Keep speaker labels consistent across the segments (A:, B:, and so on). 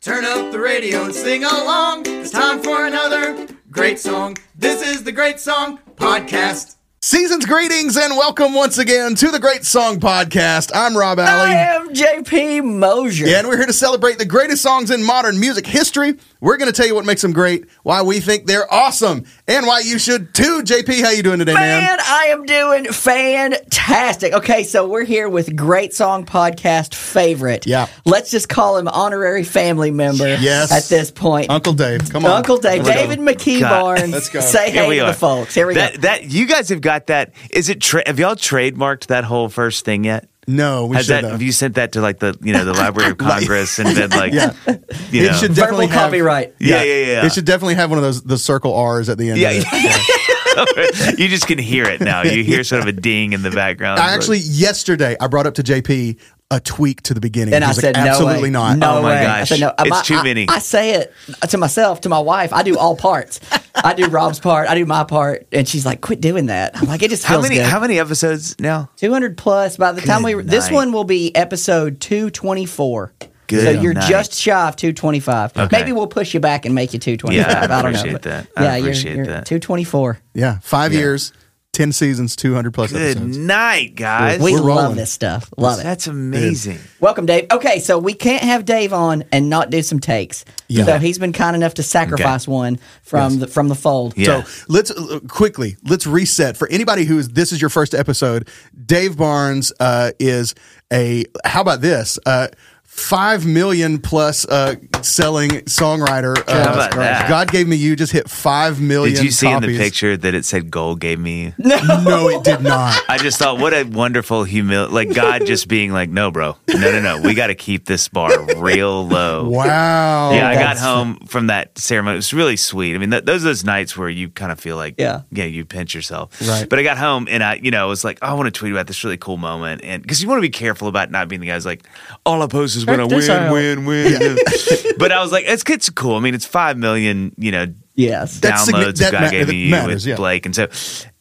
A: Turn up the radio and sing along. It's time for another great song. This is the Great Song Podcast.
B: Season's greetings and welcome once again to the Great Song Podcast. I'm Rob Alley.
C: I am JP Mosier.
B: Yeah, and we're here to celebrate the greatest songs in modern music history. We're going to tell you what makes them great, why we think they're awesome, and why you should too. JP, how you doing today, man?
C: Man, I am doing fantastic. Okay, so we're here with great song podcast favorite.
B: Yeah.
C: Let's just call him honorary family member
B: Yes.
C: at this point.
B: Uncle Dave, come on.
C: Uncle
B: Here
C: Dave,
B: we go.
C: David McKee
D: God.
C: Barnes.
B: Let's go.
C: Say
D: Here
C: hey
D: we
C: to
D: are.
C: the folks. Here we
D: that,
C: go.
D: That you guys have got that. Is it? Tra- have y'all trademarked that whole first thing yet?
B: No, we
D: Has
B: should
D: that,
B: have.
D: have you sent that to like the you know the Library of Congress and been like,
B: Yeah.
D: you know,
B: It should
C: Verbal
B: definitely have,
C: copyright.
D: yeah, yeah, yeah.
B: It should definitely have one of those the circle R's at the end.
D: yeah,
B: of it.
D: yeah. you just can hear it now. You hear sort of a ding in the background.
B: I actually yesterday I brought up to JP a tweak to the beginning.
C: And
B: He
C: I
B: was like,
C: said, no
B: absolutely
C: way.
B: not. Um,
C: No
D: Oh my
C: way. I
D: gosh.
C: said, no.
D: It's
C: My-
D: too
C: I-
D: many.
C: I, say it to myself, to my wife. I do all parts. I do Rob's part. I do my part. And she's like, quit doing that. I'm like, it just
D: how
C: feels
D: many
C: good.
D: how many episodes now?
C: 200 plus by the time we
D: Good
C: this
D: night.
C: one will be episode 224
D: Good
C: so you're
D: night.
C: just shy of 225 maybe we'll push you back and make you 225
D: Yeah, I
C: don't know,
D: appreciate
C: but-
D: that. I
C: yeah
D: appreciate
C: you're, you're
D: that.
C: 224
B: Yeah, five years, ten seasons, two hundred plus
D: Good
B: episodes.
D: night, guys.
C: we
B: We're
C: love
B: rolling.
C: this stuff love it
D: That's amazing.
C: welcome dave okay so we can't have dave on and not do some takes
B: Yeah.
C: so he's been kind enough to sacrifice one from the from the fold
D: Yeah.
B: So let's uh, quickly let's reset for anybody who is this is your first episode. Dave Barnes uh, is a how about this uh, five million plus uh, selling songwriter. Uh,
D: How about that?
B: God gave me you just hit five million.
D: Did you see in
B: copies.
D: the picture that it said "Goal gave me"?
B: No, it did not.
D: I just thought, what a wonderful humil like God just being like, no, bro, no, no, no, we got to keep this bar real low.
B: Wow.
D: Oh. Yeah, I got
C: that's-
D: home from that ceremony. It was really sweet. I mean, th- those are those nights where you kind of feel like,
C: Yeah.
D: yeah, you pinch yourself.
B: Right.
D: But I got home and I, you know, I was like, "Oh, I want to tweet about this really cool moment, and because you want to be careful about not being the guy who's like, all I post is when I
C: Check this
D: win,
C: out.
D: win, win, but I was like, it's it's cool. I mean, it's five million, you know,
C: yes
B: That's signi-
D: downloads
B: that
D: of God
B: ma-
D: gave
B: that
D: me you
B: matters,
D: with
B: yeah.
D: Blake, and so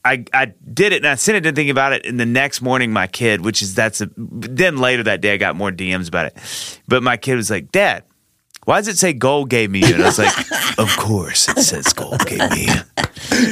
D: I I did it and I sent it, didn't think about it, and the next morning my kid, which is that's a, then later that day I got more DMs about it, but my kid was like, Dad. Why does it say gold gave me you? And I was like, of course it says gold gave me you.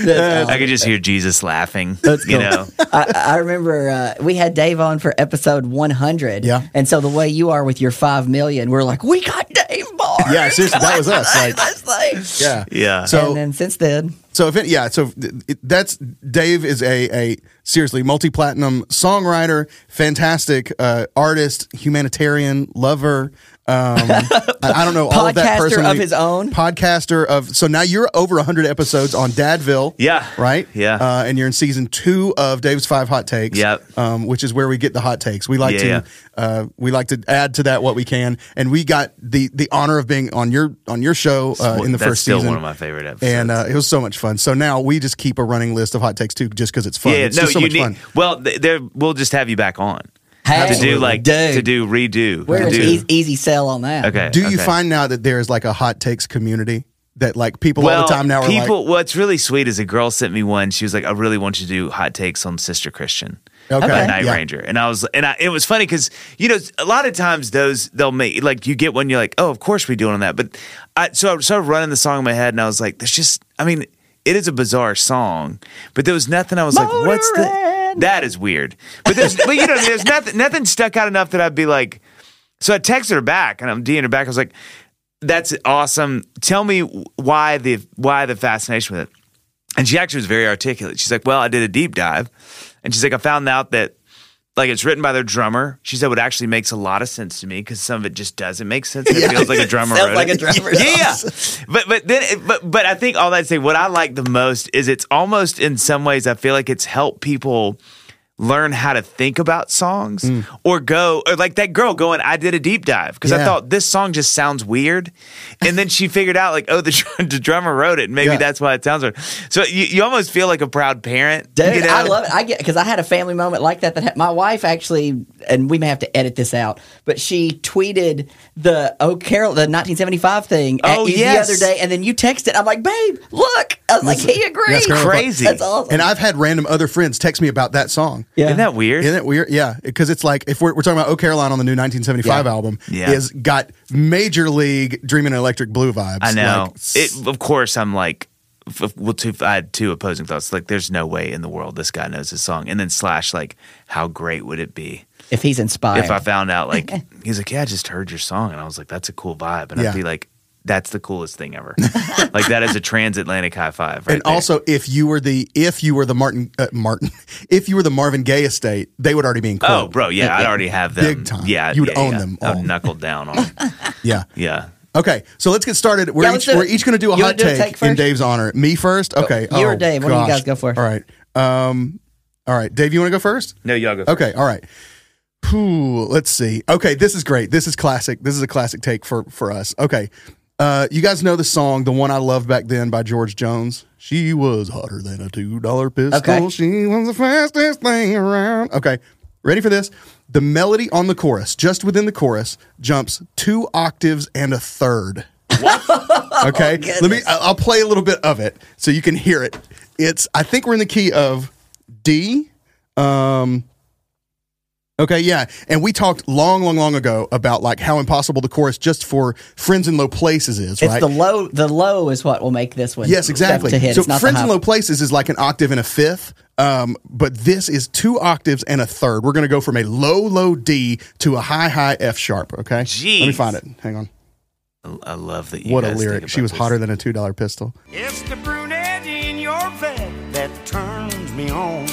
C: That's
D: I could just hear Jesus laughing.
C: That's
D: you
C: cool.
D: know,
C: I, I remember uh, we had Dave on for episode 100.
B: Yeah.
C: And so the way you are with your 5 million, we're like, we got Dave Barr.
B: Yeah, seriously, that was us, like-
C: That's like-
B: Yeah.
D: Yeah.
B: So
C: and then since then,
B: So if it, yeah, so th- it- that's Dave is a a seriously multi platinum songwriter, fantastic uh, artist, humanitarian lover. Um, I, I don't know all of that
C: Podcaster
B: personally.
C: of his own.
B: podcaster of. So now you're over hundred episodes on Dadville.
D: Yeah.
B: right.
D: Yeah.
B: uh, and you're in season two of Dave's Five Hot Takes.
D: Yep.
B: um, which is where we get the hot takes. We like
D: Yeah.
B: to uh, we like to add to that what we can, and we got the the honor of being on your on your show uh, in the
D: that's
B: first
D: still
B: season
D: one of my favorite episodes.
B: and uh, it was so much fun. So now we just keep a running list of hot takes too, just because it's fun. it's just so much fun.
D: Well, th- there we'll just have you back on
C: hey,
D: to do like
C: dude,
D: to do redo.
C: we're
D: to
C: an
D: do.
C: easy, easy sell on that.
D: okay.
B: Do you
D: okay.
B: find now that there is like a hot takes community that like people
D: well,
B: all the time now are
D: people,
B: like,
D: what's really sweet is a girl sent me one. She was like, "I really want you to do hot takes on Sister Christian."
B: Okay.
D: by Night
B: Yeah.
D: Ranger, and I was, and I, it was funny because you know a lot of times those they'll make like you get one, you're like, oh, of course we doing on that, but I so I started running the song in my head, and I was like, there's just, I mean, it is a bizarre song, but there was nothing I was like, what's the
C: Motorhead.
D: that is weird, but there's, but you know, there's nothing nothing stuck out enough that I'd be like, so I texted her back, and I'm DMing her back. I was like, "That's awesome. Tell me why the why the fascination with it." And she actually was very articulate. She's like, "Well, I did a deep dive, and she's like, I found out that like it's written by their drummer." She said, "What actually makes a lot of sense to me because some of it just doesn't make sense. and It feels like a drummer
C: Sounds
D: wrote
C: like
D: it."
C: a drummer.
D: yeah, yeah. But but then but but I think all that say what I like the most is it's almost in some ways I feel like it's helped people learn how to think about songs
C: Mm.
D: or go or like that girl going I did a deep dive because I
B: Yeah.
D: thought this song just sounds weird and then she figured out like oh the, dr- the drummer wrote it and maybe
B: Yeah.
D: that's why it sounds weird so you, you almost feel like a proud parent
C: Dude,
D: you know?
C: I love it. I get because I had a family moment like that. That ha- my wife actually, and we may have to edit this out, but she tweeted the Oh Carol, the 1975 thing at E
D: Oh,
C: you
D: yes.
C: the other day, and then you texted. I'm like, babe, look, I was like, he
B: That's
C: agrees.
B: kind of fun.
D: Crazy.
C: That's awesome.
B: And I've had random other friends text me about that song.
C: yeah.
D: Isn't that weird?
B: Isn't it weird? Yeah, because it's like if we're, we're talking about "Oh Caroline" on the new 1975
C: Yeah.
B: album,
D: Yeah.
B: is got major league "Dreaming in Electric Blue" vibes.
D: I know.
B: Like,
D: it, of course, I'm like, f- f- well, two, I had two opposing thoughts. Like, there's no way in the world this guy knows this song. And then Slash, like, how great would it be
C: if he's inspired.
D: if I found out? Like, he's like, yeah, I just heard your song, and I was like, that's a cool vibe, and
B: Yeah.
D: I'd be like, that's the coolest thing ever. like, that is a transatlantic high five. Right
B: and
D: there.
B: also, if you were the if you were the Martin uh, Martin, if you were the Marvin Gaye estate, they would already be in court.
D: oh, bro, yeah, I'd already have them.
B: Big time.
D: Yeah,
B: You would
D: yeah,
B: own
D: yeah.
B: them all.
D: I'd knuckle down on. 'em.
B: yeah.
D: yeah.
B: Okay, so let's get started. We're
C: Yeah, let's
B: each
C: do it.
B: we're each going to do a
C: You wanna
B: hot
C: do a
B: take,
C: take
B: in
C: first? Oh,
B: Dave's honor. Me first. Okay, Oh,
C: you or Dave, what do you guys go for?
B: All right, um, all right, Dave, you want to go first?
D: No, y'all go.
B: Okay, all right. Whew, let's see. Okay, this is great. This is classic. This is a classic take for for us. Okay. Uh, you guys know the song, the one I loved back then by George Jones. She was hotter than a two dollar pistol.
C: Okay.
B: She was the fastest thing around. Okay, ready for this? The melody on the chorus, just within the chorus, jumps two octaves and a third. okay, let me. I- I'll play a little bit of it so you can hear it. It's. I think we're in the key of D. Um, Okay, yeah. And we talked long, long, long ago about like how impossible the chorus just for friends in low places is,
C: it's
B: right?
C: the low. The low is what will make this one.
B: yes,
C: tough
B: exactly.
C: To hit.
B: So
C: it's not
B: friends
C: the
B: in
C: high-
B: low places is like an octave and a fifth. Um, but this is two octaves and a third. We're gonna go from a low, low D to a high, high F sharp. Okay. Let me
D: Jeez.
B: find it. Hang on.
D: I- I love that you.
B: what a
D: guys think
B: lyric. She
D: about
B: was
D: this.
B: hotter than a two dollar pistol.
E: It's the brunette in your bed that turns me on.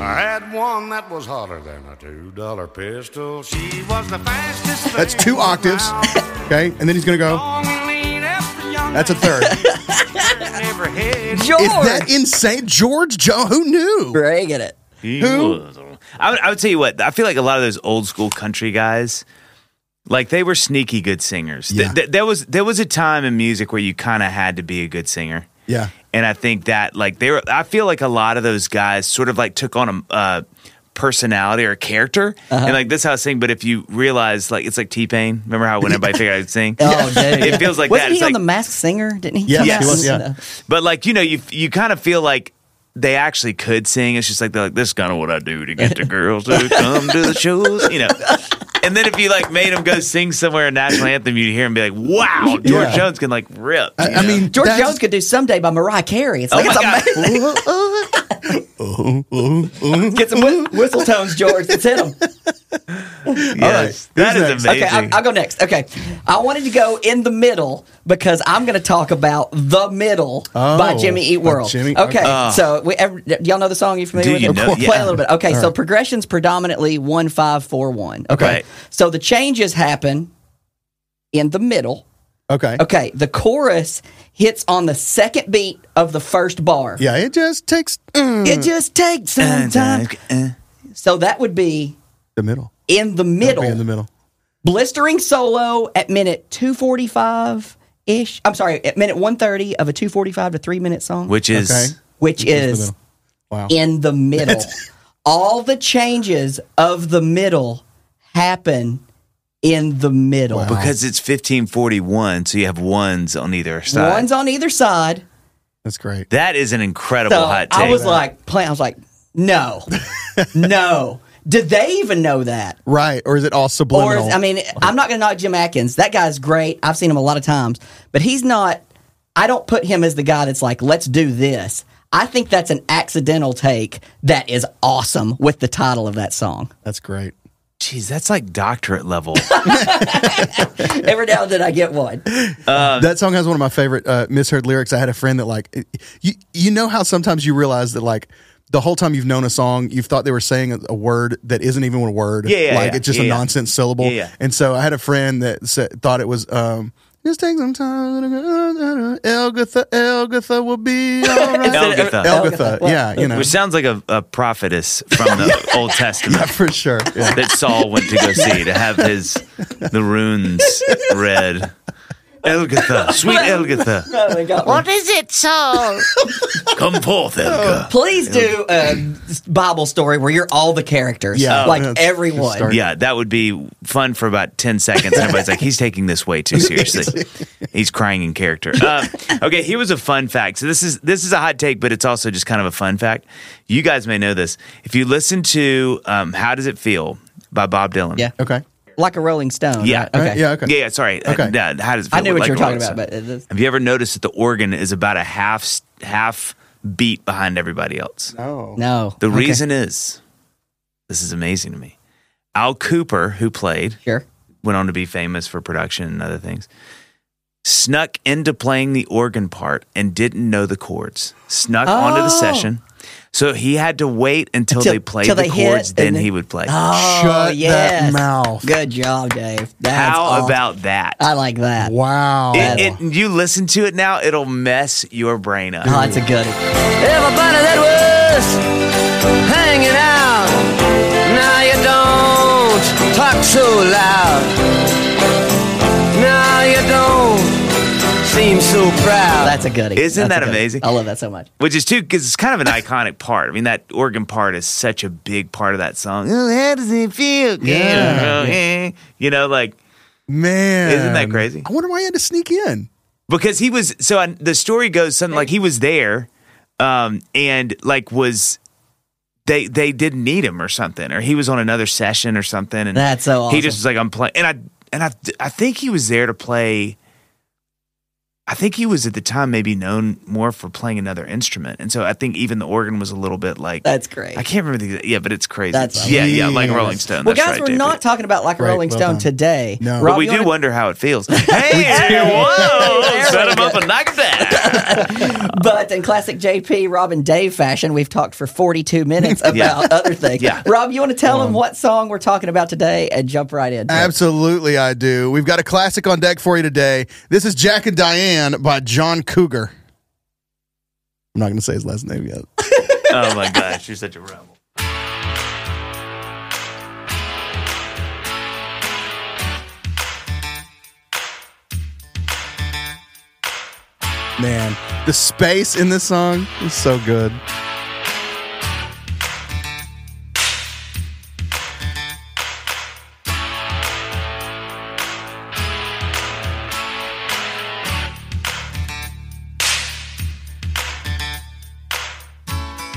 E: I had one that was hotter than a two-dollar pistol. She was the fastest. Thing
B: That's two octaves.
E: around.
B: Okay. And then he's gonna go.
E: Long and lean after young
B: That's a third.
E: man never had.
C: George,
B: is that insane? George Joe, who knew?
C: breaking it.
D: Who? I would, I would tell you what. I feel like a lot of those old school country guys, like they were sneaky good singers. Th-
B: Yeah.
D: th- there was there was a time in music where you kind of had to be a good singer.
B: Yeah.
D: And I think that like they were. I feel like a lot of those guys sort of like took on a. Uh, personality or a character
B: Uh-huh.
D: and like this is how I sing but if you realize like it's like T-Pain remember how when everybody figured I could sing
C: Oh, dude.
D: It feels like
C: Wasn't
D: that.
C: he
D: It's
C: on
D: like-
C: the Masked Singer? Didn't he?
B: Yes,
C: come
B: he
C: out
B: was,
C: and-
B: yeah.
D: But like you know, you you kind of feel like they actually could sing. It's just like they're like, this is kind of what I do to get the girls to come to the shows, you know. And then if you like made them go sing somewhere a national anthem, you'd hear him be like, "Wow, George
B: Yeah.
D: Jones can like rip."
B: I,
D: you
B: I
D: know?
B: mean,
C: George
B: that's-
C: Jones could do someday by Mariah Carey. It's like
D: Oh my
C: it's
D: God.
C: amazing. Get some whi- whistle tones, George. Let's hit them.
D: yes,
B: All right.
D: that is
B: Who's next?
D: amazing.
C: Okay, I'll, I'll go next. Okay, I wanted to go in the middle because I'm going to talk about "The Middle"
B: Oh,
C: by Jimmy Eat
B: by
C: World.
B: Jimmy-
C: okay,
D: okay.
C: so we, every, y'all know the song. You familiar
D: Do
C: with
D: you
C: it?
D: know- Of course.
C: Play
D: yeah.
C: a little bit. Okay, so progressions predominantly one five four one. Okay,
D: Right.
C: so the changes happen in the middle.
B: Okay.
C: Okay, the chorus hits on the second beat of the first bar.
B: Yeah, it just takes
C: It just takes some time.
D: uh,
C: So that would be
B: the middle.
C: in the
B: Be in
C: middle.
B: the middle.
C: blistering solo at minute 245 ish. I'm sorry, at minute 130 of a 245 to three minute song, which,
D: Which is
B: Okay.
C: is,
B: middle. Wow.
C: in the middle. All the changes of the middle happen in the middle.
D: because it's 1541, so you have ones on either side.
C: One's on either side.
B: That's great.
D: that is an incredible
C: So
D: hot take.
C: I was like, play, I was like, no, no. Did they even know that?
B: Right. Or is it all
C: Or
B: subliminal?
C: I mean, I'm not going to knock Jim Atkins. That guy's great. I've seen him a lot of times, but he's not. I don't put him as the guy that's like, let's do this. I think that's an accidental take that is awesome with the title of that song.
B: that's great.
D: "Geez, that's like doctorate level."
C: Every now and then I get one.
D: Uh,
B: that song has one of my favorite uh, misheard lyrics. I had a friend that like it- you you know how sometimes you realize that like the whole time you've known a song, you've thought they were saying a, a word that isn't even a word.
D: Yeah, yeah,
B: like
D: yeah,
B: it's just
D: yeah,
B: a
D: yeah.
B: nonsense syllable.
D: Yeah, yeah.
B: And so I had a friend that sa- thought it was um just take some time. Elgatha, Elgatha uh, will be all right.
D: Elgatha.
B: Elgatha. Yeah, you know.
D: Which sounds like a, a prophetess from the Old Testament.
B: For sure. Yeah.
D: that Saul went to go see to have his the runes read. Elgatha, sweet Elgatha,
C: What is Oh, it, Saul?
D: come forth, Elga.
C: Please do a Bible story where you're all the characters.
B: Yeah.
C: Like
B: Yeah, it's- it's
C: everyone.
B: starting.
D: Yeah, that would be fun for about 10 seconds. And everybody's like, he's taking this way too seriously. he's crying in character. Uh, okay, here was a fun fact. So this is this is a hot take, but it's also just kind of a fun fact. You guys may know this. If you listen to um, How Does It Feel by Bob Dylan.
C: Yeah.
B: Okay.
C: Like a Rolling Stone.
D: Yeah.
C: right?
D: Right,
C: Okay.
B: Yeah. Okay.
D: Yeah, yeah, sorry.
B: Okay.
D: Uh, yeah, how does it feel
C: I knew what
D: like
C: you were talking
D: Rolling
C: about,
D: Stone?
C: but it is-
D: Have you ever noticed that the organ is about a half s- half beat behind everybody else?
B: Oh.
C: no.
D: The
C: Okay.
D: reason is this is amazing to me. Al Cooper, who played,
C: Sure.
D: went on to be famous for production and other things. Snuck into playing the organ part and didn't know the chords. Snuck onto the
C: Oh.
D: session, so he had to wait until,
C: Till-
D: they played
C: till
D: the
C: they hit,
D: chords,
C: and
D: then
C: then-
D: he would play.
C: Oh,
B: Shut that
C: yes.
B: mouth.
C: Good job, Dave. That's
D: How
C: awesome.
D: about that?
C: I like that.
B: Wow.
D: It, it, you listen to it now, it'll mess your brain up.
C: Oh, that's a good one.
F: Everybody that was hanging out, now you don't talk so loud. Now you don't seem so proud.
C: Oh, That's a goodie.
D: Isn't
C: That's a
D: that
C: goodie.
D: amazing?
C: I love that so much.
D: Which is too, because it's kind of an iconic part. I mean, that organ part is such a big part of that song. Oh, how does it feel?
B: Yeah.
D: Eh. You know, like,
B: Man.
D: Isn't that crazy?
B: I wonder why he had to sneak in.
D: because he was, so I, the story goes something like he was there um, and like was. They, they didn't need him or something, or he was on another session or something, and
C: That's so awesome.
D: he just was like, "I'm playing," and I and I I think he was there to play. I think he was at the time maybe known more for playing another instrument, and so I think even the organ was a little bit like
C: That's great.
D: I can't remember the exact, yeah, but it's crazy.
C: That's-
D: yeah, yeah, like
B: Jeez.
D: Rolling Stone.
C: well,
D: That's
C: guys,
D: right,
C: we're
D: David.
C: not talking about like a
B: Right,
C: Rolling
B: well
C: Stone
B: done.
C: today.
B: No.
D: But
C: Rob,
D: we
C: you
D: do
C: wanna-
D: wonder how it feels. Hey, whoa, set him up and knock him down.
C: But in classic JP, Rob and Dave fashion, we've talked for 42 minutes about
D: Yeah.
C: other things.
D: Yeah.
C: Rob, you want to tell them what song we're talking about today and jump right in?
B: Absolutely, I do. We've got a classic on deck for you today. This is Jack and Diane by John Cougar. I'm not going to say his last name yet.
D: Oh my gosh, you're such a rebel.
B: Man, the space in this song is so good.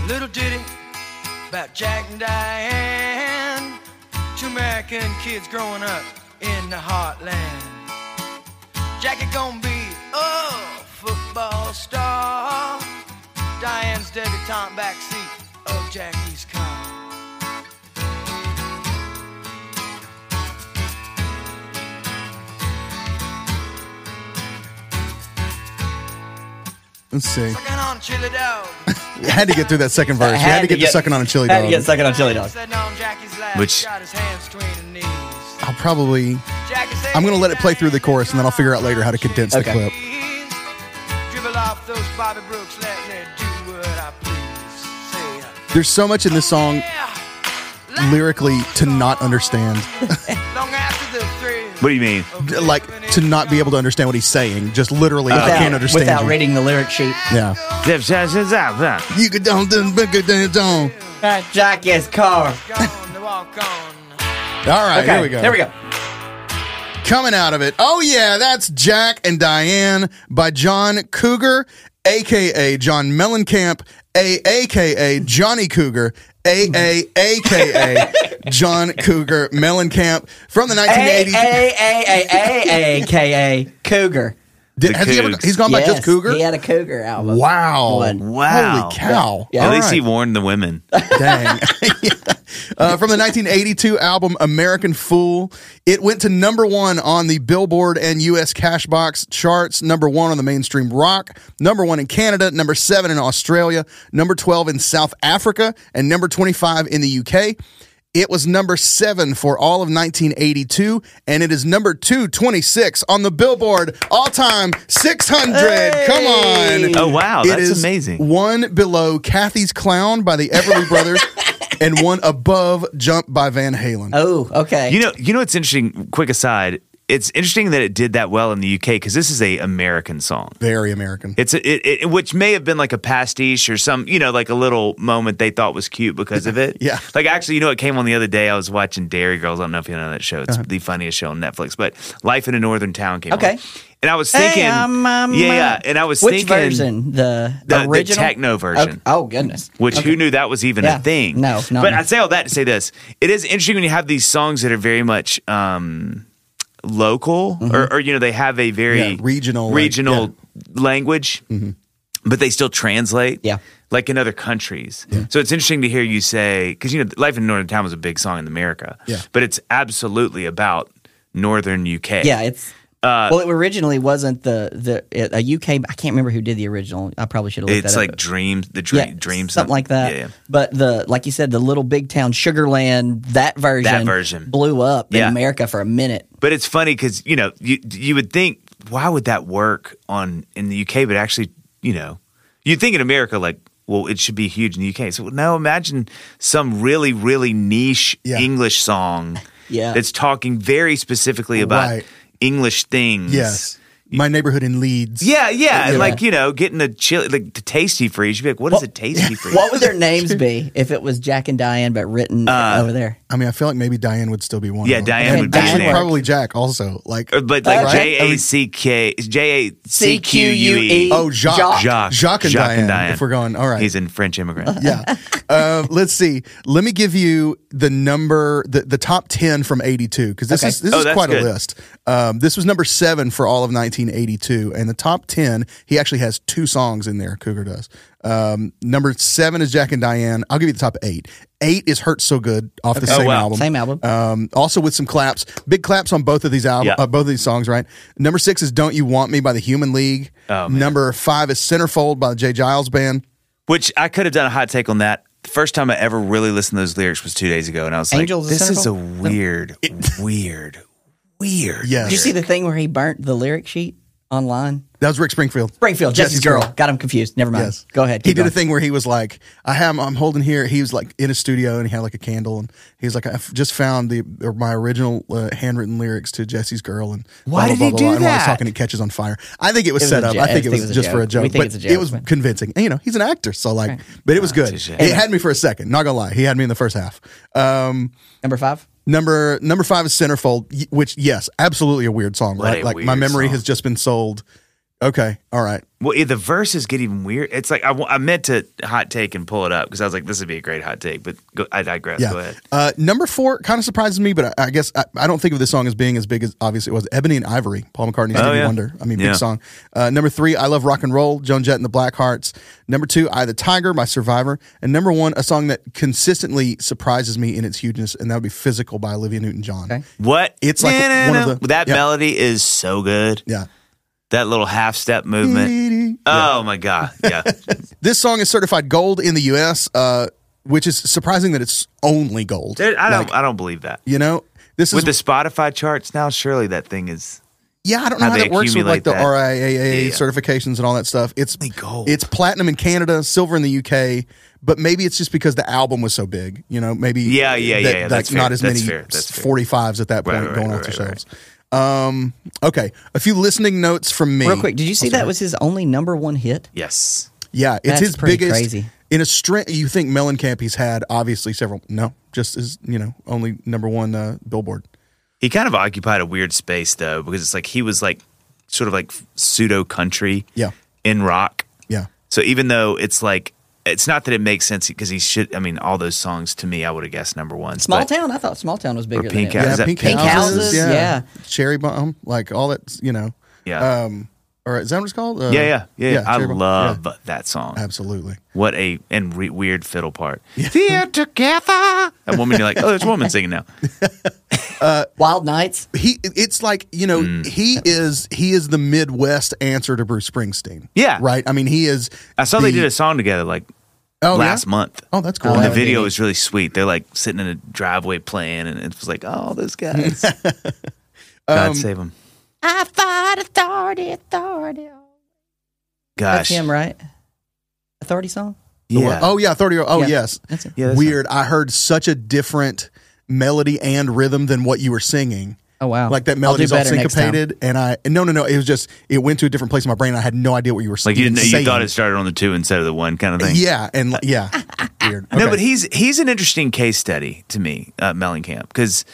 F: little ditty about Jack and Diane, two American kids growing up in the heartland. Jackie gonna be a football star. Diane's debutante backseat of Jackie's car.
B: Let's see.
F: Sucking on a chili dog.
B: I had to get through that second verse. You had to get the second on a chili
C: Had to
B: dog.
C: get sucking on chili dog.
F: Sitting on Jackie's lap,
D: Which-
F: got his hands between her knees.
B: I'll probably.
F: Jackie said,
B: I'm going to let it play through the chorus and then I'll figure out later how to condense the
C: Okay.
B: clip.
F: Please, Dribble off those Bobby Brooks, let me do what I please. Say,
B: There's so much in this song
F: yeah,
B: lyrically to not understand.
F: long after the thrill
D: What do you mean?
F: of
B: Like,
F: living
B: to
F: is
B: not be able to
F: gone.
B: understand what he's saying. Just literally, I
C: Without-
B: can't understand.
C: Without
B: you.
C: reading the lyric sheet.
B: Yeah. You could don't, don't, don't, don't, don't.
C: That's Jackie's car.
F: Gone to walk on.
B: All right,
C: Okay,
B: here we go.
C: There we go.
B: Coming out of it. Oh, yeah, that's Jack and Diane by John Cougar, a.k.a. John Mellencamp, a, a.k.a. Johnny Cougar, a, a, a.k.a. John Cougar Mellencamp from the 1980s.
C: A-A-A-A-A-A-K-A Cougar.
B: Did-
D: The
B: has he ever,
D: Cougs.
B: he's gone by just
C: Yes,
B: Cougar?
C: He had a Cougar album.
B: Wow.
C: One.
D: Wow.
B: Holy cow.
C: Yeah.
D: At
B: All
D: least he
B: right.
D: warned the women.
B: Dang. Yeah. uh, from the 1982 album American Fool. It went to number one on the Billboard and US Cashbox charts, number one on the mainstream rock, number one in Canada, number seven in Australia, number 12 in South Africa, and number 25 in the UK. It was number seven for all of 1982, and it is number 226 on the Billboard all time 600. Come on.
D: Oh wow,
B: It
D: that's
B: is
D: amazing.
B: One below Kathy's Clown by the Everly Brothers, and one above Jump by Van Halen.
C: Oh, okay.
D: You know, you know what's interesting? Quick aside. it's interesting that it did that well in the UK because this is a American song.
B: Very American.
D: It's a, it, it, which may have been like a pastiche or some, you know, like a little moment they thought was cute because of it.
B: Yeah.
D: Like actually, you know, it came on the other day. I was watching Dairy Girls. I don't know if you know that show. It's the funniest show on Netflix. But Life in a Northern Town came
C: Uh-huh. Okay.
D: on. And I was thinking,
C: Hey, I'm, I'm,
D: yeah,
C: uh,
D: yeah. And I was
C: which
D: thinking,
C: version? The,
D: The- the
C: original
D: techno version.
C: Oh, oh, goodness.
D: which who knew that was even
C: Yeah.
D: a thing?
C: No, no,
D: But
C: no.
D: I say all that to say this: it is interesting when you have these songs that are very much um, local,
C: Mm-hmm.
D: or, or you know, they have a very
B: Yeah, regional, like,
D: regional language, but they still translate.
C: Mm-hmm. Yeah.
D: Like in other countries, so it's interesting to hear you say because you know "Life in Northern Town" was a big song in America,
B: Yeah.
D: But it's absolutely about Northern UK.
C: Yeah, it's.
D: uh,
C: well, it originally wasn't the the it- a UK. I can't remember who did the original. I probably should have looked
D: it's
C: that up,
D: like
C: but-
D: dreams, the dream, dreams,
C: something like that.
D: Yeah, yeah.
C: But the like you said, the little big town Sugarland that version
D: version.
C: blew up
D: Yeah.
C: in America for a minute.
D: But it's funny because you know you you would think why would that work on in the UK, but actually you know you think in America like well it should be huge in the UK. So now imagine some really really niche
B: Yeah.
D: English song
C: Yeah.
D: that's talking very specifically about
B: Right.
D: English things.
B: yes. My neighborhood in Leeds.
D: Yeah, yeah,
B: Yeah.
D: like you know, getting a chili, like the tasty freeze. You'd be like, what is a tasty freeze?
C: What would their names be if it was Jack and Diane but written
D: Uh,
C: over there?
B: I mean, I feel like maybe Diane would still be one.
D: Yeah,
B: of them.
D: Diane
B: And
C: would be
B: Diane
C: there.
B: probably Jack also. Like,
D: Or, but like
C: Right.
D: J A C K J A C Q U E.
B: oh, Jacques.
C: Jacques.
D: Jacques,
B: Jacques and Diane, if we're going, all right.
D: He's in French immigrant.
B: yeah. Uh, let's see. Let me give you the number, the, the top ten from '82, because this
C: Okay.
B: is this
D: Oh,
B: is
D: that's
B: quite
D: good.
B: a list. Um, this was number seven for all of 1982, and the top ten, he actually has two songs in there. Cougar does. Um, number seven is Jack and Diane. I'll give you the top eight. Eight is "Hurt So Good" off the
D: Oh,
B: same
D: wow.
B: album.
C: Same album.
B: Um, also with some claps, big claps on both of these album,
D: Yeah.
B: uh, both of these songs. Right. Number six is "Don't You Want Me" by the Human League.
D: Oh,
B: number five is "Centerfold" by the Jay Giles Band.
D: Which I could have done a hot take on that. The first time I ever really listened to those lyrics was two days ago, and I was
C: Angels of
D: like, "This is a
C: Centerfold?
D: weird, weird, weird."
B: Yes.
C: Did you see the thing where he burnt the lyric sheet online?
B: That was Rick Springfield.
C: Springfield, Jesse's, girl. Got him confused. Never mind.
B: Yes.
C: Go ahead.
B: He
C: keep
B: did a
C: going.
B: thing where he was like, I have, I'm holding here. He was like in a studio and he had like a candle and he was like, I f- just found the or my original uh, handwritten lyrics to Jesse's Girl and
D: Why did he do
B: And while he's
D: that?
B: talking, it catches on fire. I think it was,
C: It was
B: set
C: a
B: up.
C: jo-
B: I think it was, just
C: a
B: for a
C: joke.
B: joke,
C: We think
B: but
C: it's a
B: it
C: joke, Ah,
B: was
C: but-
B: convincing. And, you know, he's an actor, so like, but it was good.
D: a shame.
B: It had me for a second. Not gonna lie, he had me in the first half. Um,
C: Number five.
B: Number number five is Centerfold, y- which yes, absolutely a weird song,
D: What
B: right?
D: a
B: Like my
D: weird
B: memory
D: song.
B: has just been sold. Okay, all right.
D: Well, yeah, the verses get even weird. It's like I, wa- I meant to hot take and pull it up because I was like, "This would be a great hot take," but go, I digress. Go ahead.
B: Uh, number four kind of surprises me, but I, I guess I, I don't think of this song as being as big as obviously it was. Ebony and Ivory, Paul McCartney's Stevie
D: Oh, yeah.
B: Wonder. I mean,
D: Yeah.
B: big song. Uh, number three, I Love Rock and Roll, Joan Jett and the Blackhearts. Number two, I the Tiger by Survivor. And number one, a song that consistently surprises me in its hugeness, and that would be Physical by Olivia Newton John.
D: What?
B: It's like one of the-
D: that
B: yeah.
D: melody is so good.
B: Yeah.
D: That little half step movement. Oh my god! Yeah,
B: This song is certified gold in the US, uh, which is surprising that it's only gold.
D: Dude, I don't.
B: Like,
D: I don't believe that.
B: you know? This is
D: With the Spotify charts now, surely that thing is.
B: Yeah, I don't know
D: how
B: how,
D: they
B: that works with like
D: accumulate
B: the
D: that.
B: RIAA
D: Yeah, yeah.
B: certifications and all that stuff. It's
D: gold.
B: it's platinum in Canada, silver in the UK, but maybe it's just because the album was so big. You know, maybe
D: Yeah, yeah, yeah, yeah,
B: Like
D: that's fair,
B: not as
D: that's
B: many
D: fair, that's fair.
B: forty fives at that point
D: Right, right,
B: going
D: right,
B: off the
D: right, right.
B: shelves. Um, okay, a few listening notes from me.
C: Real quick, did you see that was his only number one hit?
D: Yes.
B: Yeah, it's
C: That's
B: his
C: pretty
B: biggest.
C: crazy.
B: In a string, you think Mellencamp he's had obviously several. No, just is you know only number one uh, Billboard.
D: He kind of occupied a weird space though, because it's like he was like sort of like pseudo country,
B: Yeah.
D: in rock.
B: Yeah,
D: So even though it's like it's not that it makes sense because he should. I mean, all those songs to me, I would have guessed number one.
C: Small
D: but-
C: town. I thought small town was bigger
D: Pink
C: than
D: House.
C: it.
D: Is that
B: yeah, pink,
D: Pink
B: houses,
C: Houses?
B: yeah.
C: Yeah.
B: cherry bomb, like all that you know.
D: Yeah.
B: Um, or is that what it's called? Uh,
D: yeah, yeah, yeah, yeah. I
B: Cherry Bomb.
D: love
B: Yeah, Uh,
D: that song.
B: absolutely.
D: What a and re- weird fiddle part. Feel together. That woman, you're like, oh, there's a woman singing now.
C: Wild Nights.
B: He, it's like you know,
D: Mm.
B: he is he is the Midwest answer to Bruce Springsteen.
D: Yeah.
B: right. I mean, he is.
D: I saw they
B: the-
D: did a song together like
B: oh,
D: last
B: yeah?
D: month.
B: Oh, that's cool.
C: Oh,
D: And the
C: yeah.
D: video was really sweet. They're like sitting in a driveway playing, and it was like, oh, those guys. God
B: Um,
D: save them.
G: I fight authority, authority.
C: That's
D: Gosh.
C: him, right? Authority song.
B: The
D: Yeah.
B: one- Oh yeah, thirty. Oh
C: Yeah.
B: yes.
C: That's it.
D: Yeah, that's
B: Weird. I heard such a different melody and rhythm than what you were singing.
C: Oh, wow.
B: Like
C: I'll
B: that melody
C: do
B: is all
C: better next time.
B: syncopated, and I and no no no, it was just it went to a different place in my brain. I had no idea what you were
D: Like you,
B: even
D: didn't-
B: saying.
D: you thought it started on the two instead of the one kind of thing.
B: Yeah, and like, yeah, weird.
D: No,
B: Okay.
D: but he's he's an interesting case study to me, uh, Mellencamp, because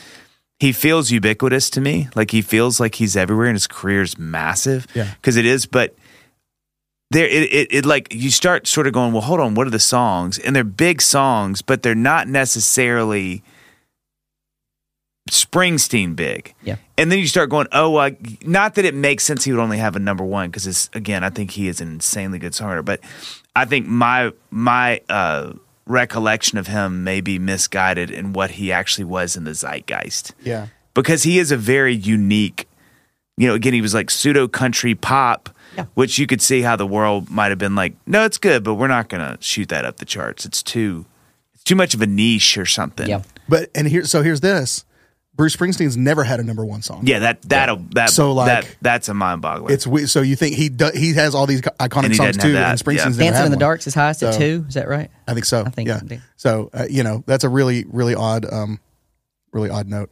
D: he feels ubiquitous to me. Like he feels like he's everywhere, and his career's massive.
B: Yeah.
D: because it is. But there, it, it it like you start sort of going, well, hold on, what are the songs? And they're big songs, but they're not necessarily Springsteen big.
C: Yeah.
D: And then you start going, oh, uh, not that it makes sense he would only have a number one because it's again, I think he is an insanely good songwriter, but I think my my uh, recollection of him may be misguided in what he actually was in the zeitgeist
B: yeah.
D: because he is a very unique. You know, again, he was like pseudo country pop, which you could see how the world might have been like, no, it's good, but we're not gonna shoot that up the charts. It's too, it's too much of a niche or something.
C: Yeah.
B: But and here, so here's this: Bruce Springsteen's never had a number one song.
D: Yeah, that that'll that
B: So, like,
D: that, that's a mind boggler.
B: it's we- so you think he do, he has all these
D: And
B: iconic
D: he
B: songs
D: doesn't have
B: too,
D: that,
B: and Springsteen's never
D: yeah.
B: had
C: Dancing in the
B: one.
C: Dark's is highest at
B: So-
C: two. Is that right?
B: I think so.
C: I think-
B: yeah.
C: I think-
B: So uh, you know that's a really really odd um really odd note.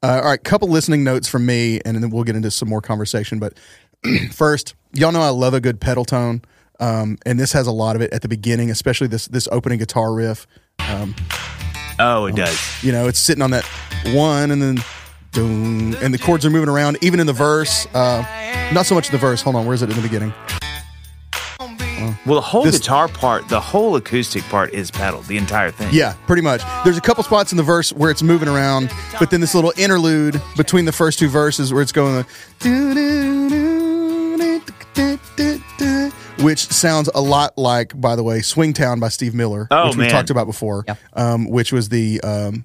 B: Uh, all right, couple listening notes from me, and then we'll get into some more conversation. But first, y'all know I love a good pedal tone, um, and this has a lot of it at the beginning, especially this this opening guitar riff.
D: oh, it does.
B: You know, it's sitting on that one, and then doom, and the chords are moving around, even in the verse. Uh, not so much the verse. Hold on, where is it in the beginning?
D: Well, the whole
B: This-
D: guitar part, the whole acoustic part is pedal, the entire thing.
B: Yeah, pretty much. There's a couple spots in the verse where it's moving around, but then this little interlude between the first two verses where it's going, which sounds a lot like, by the way, "Swingtown" by Steve Miller,
D: Oh,
B: which
D: man.
B: we talked about before,
C: Yeah.
B: um, which was the um,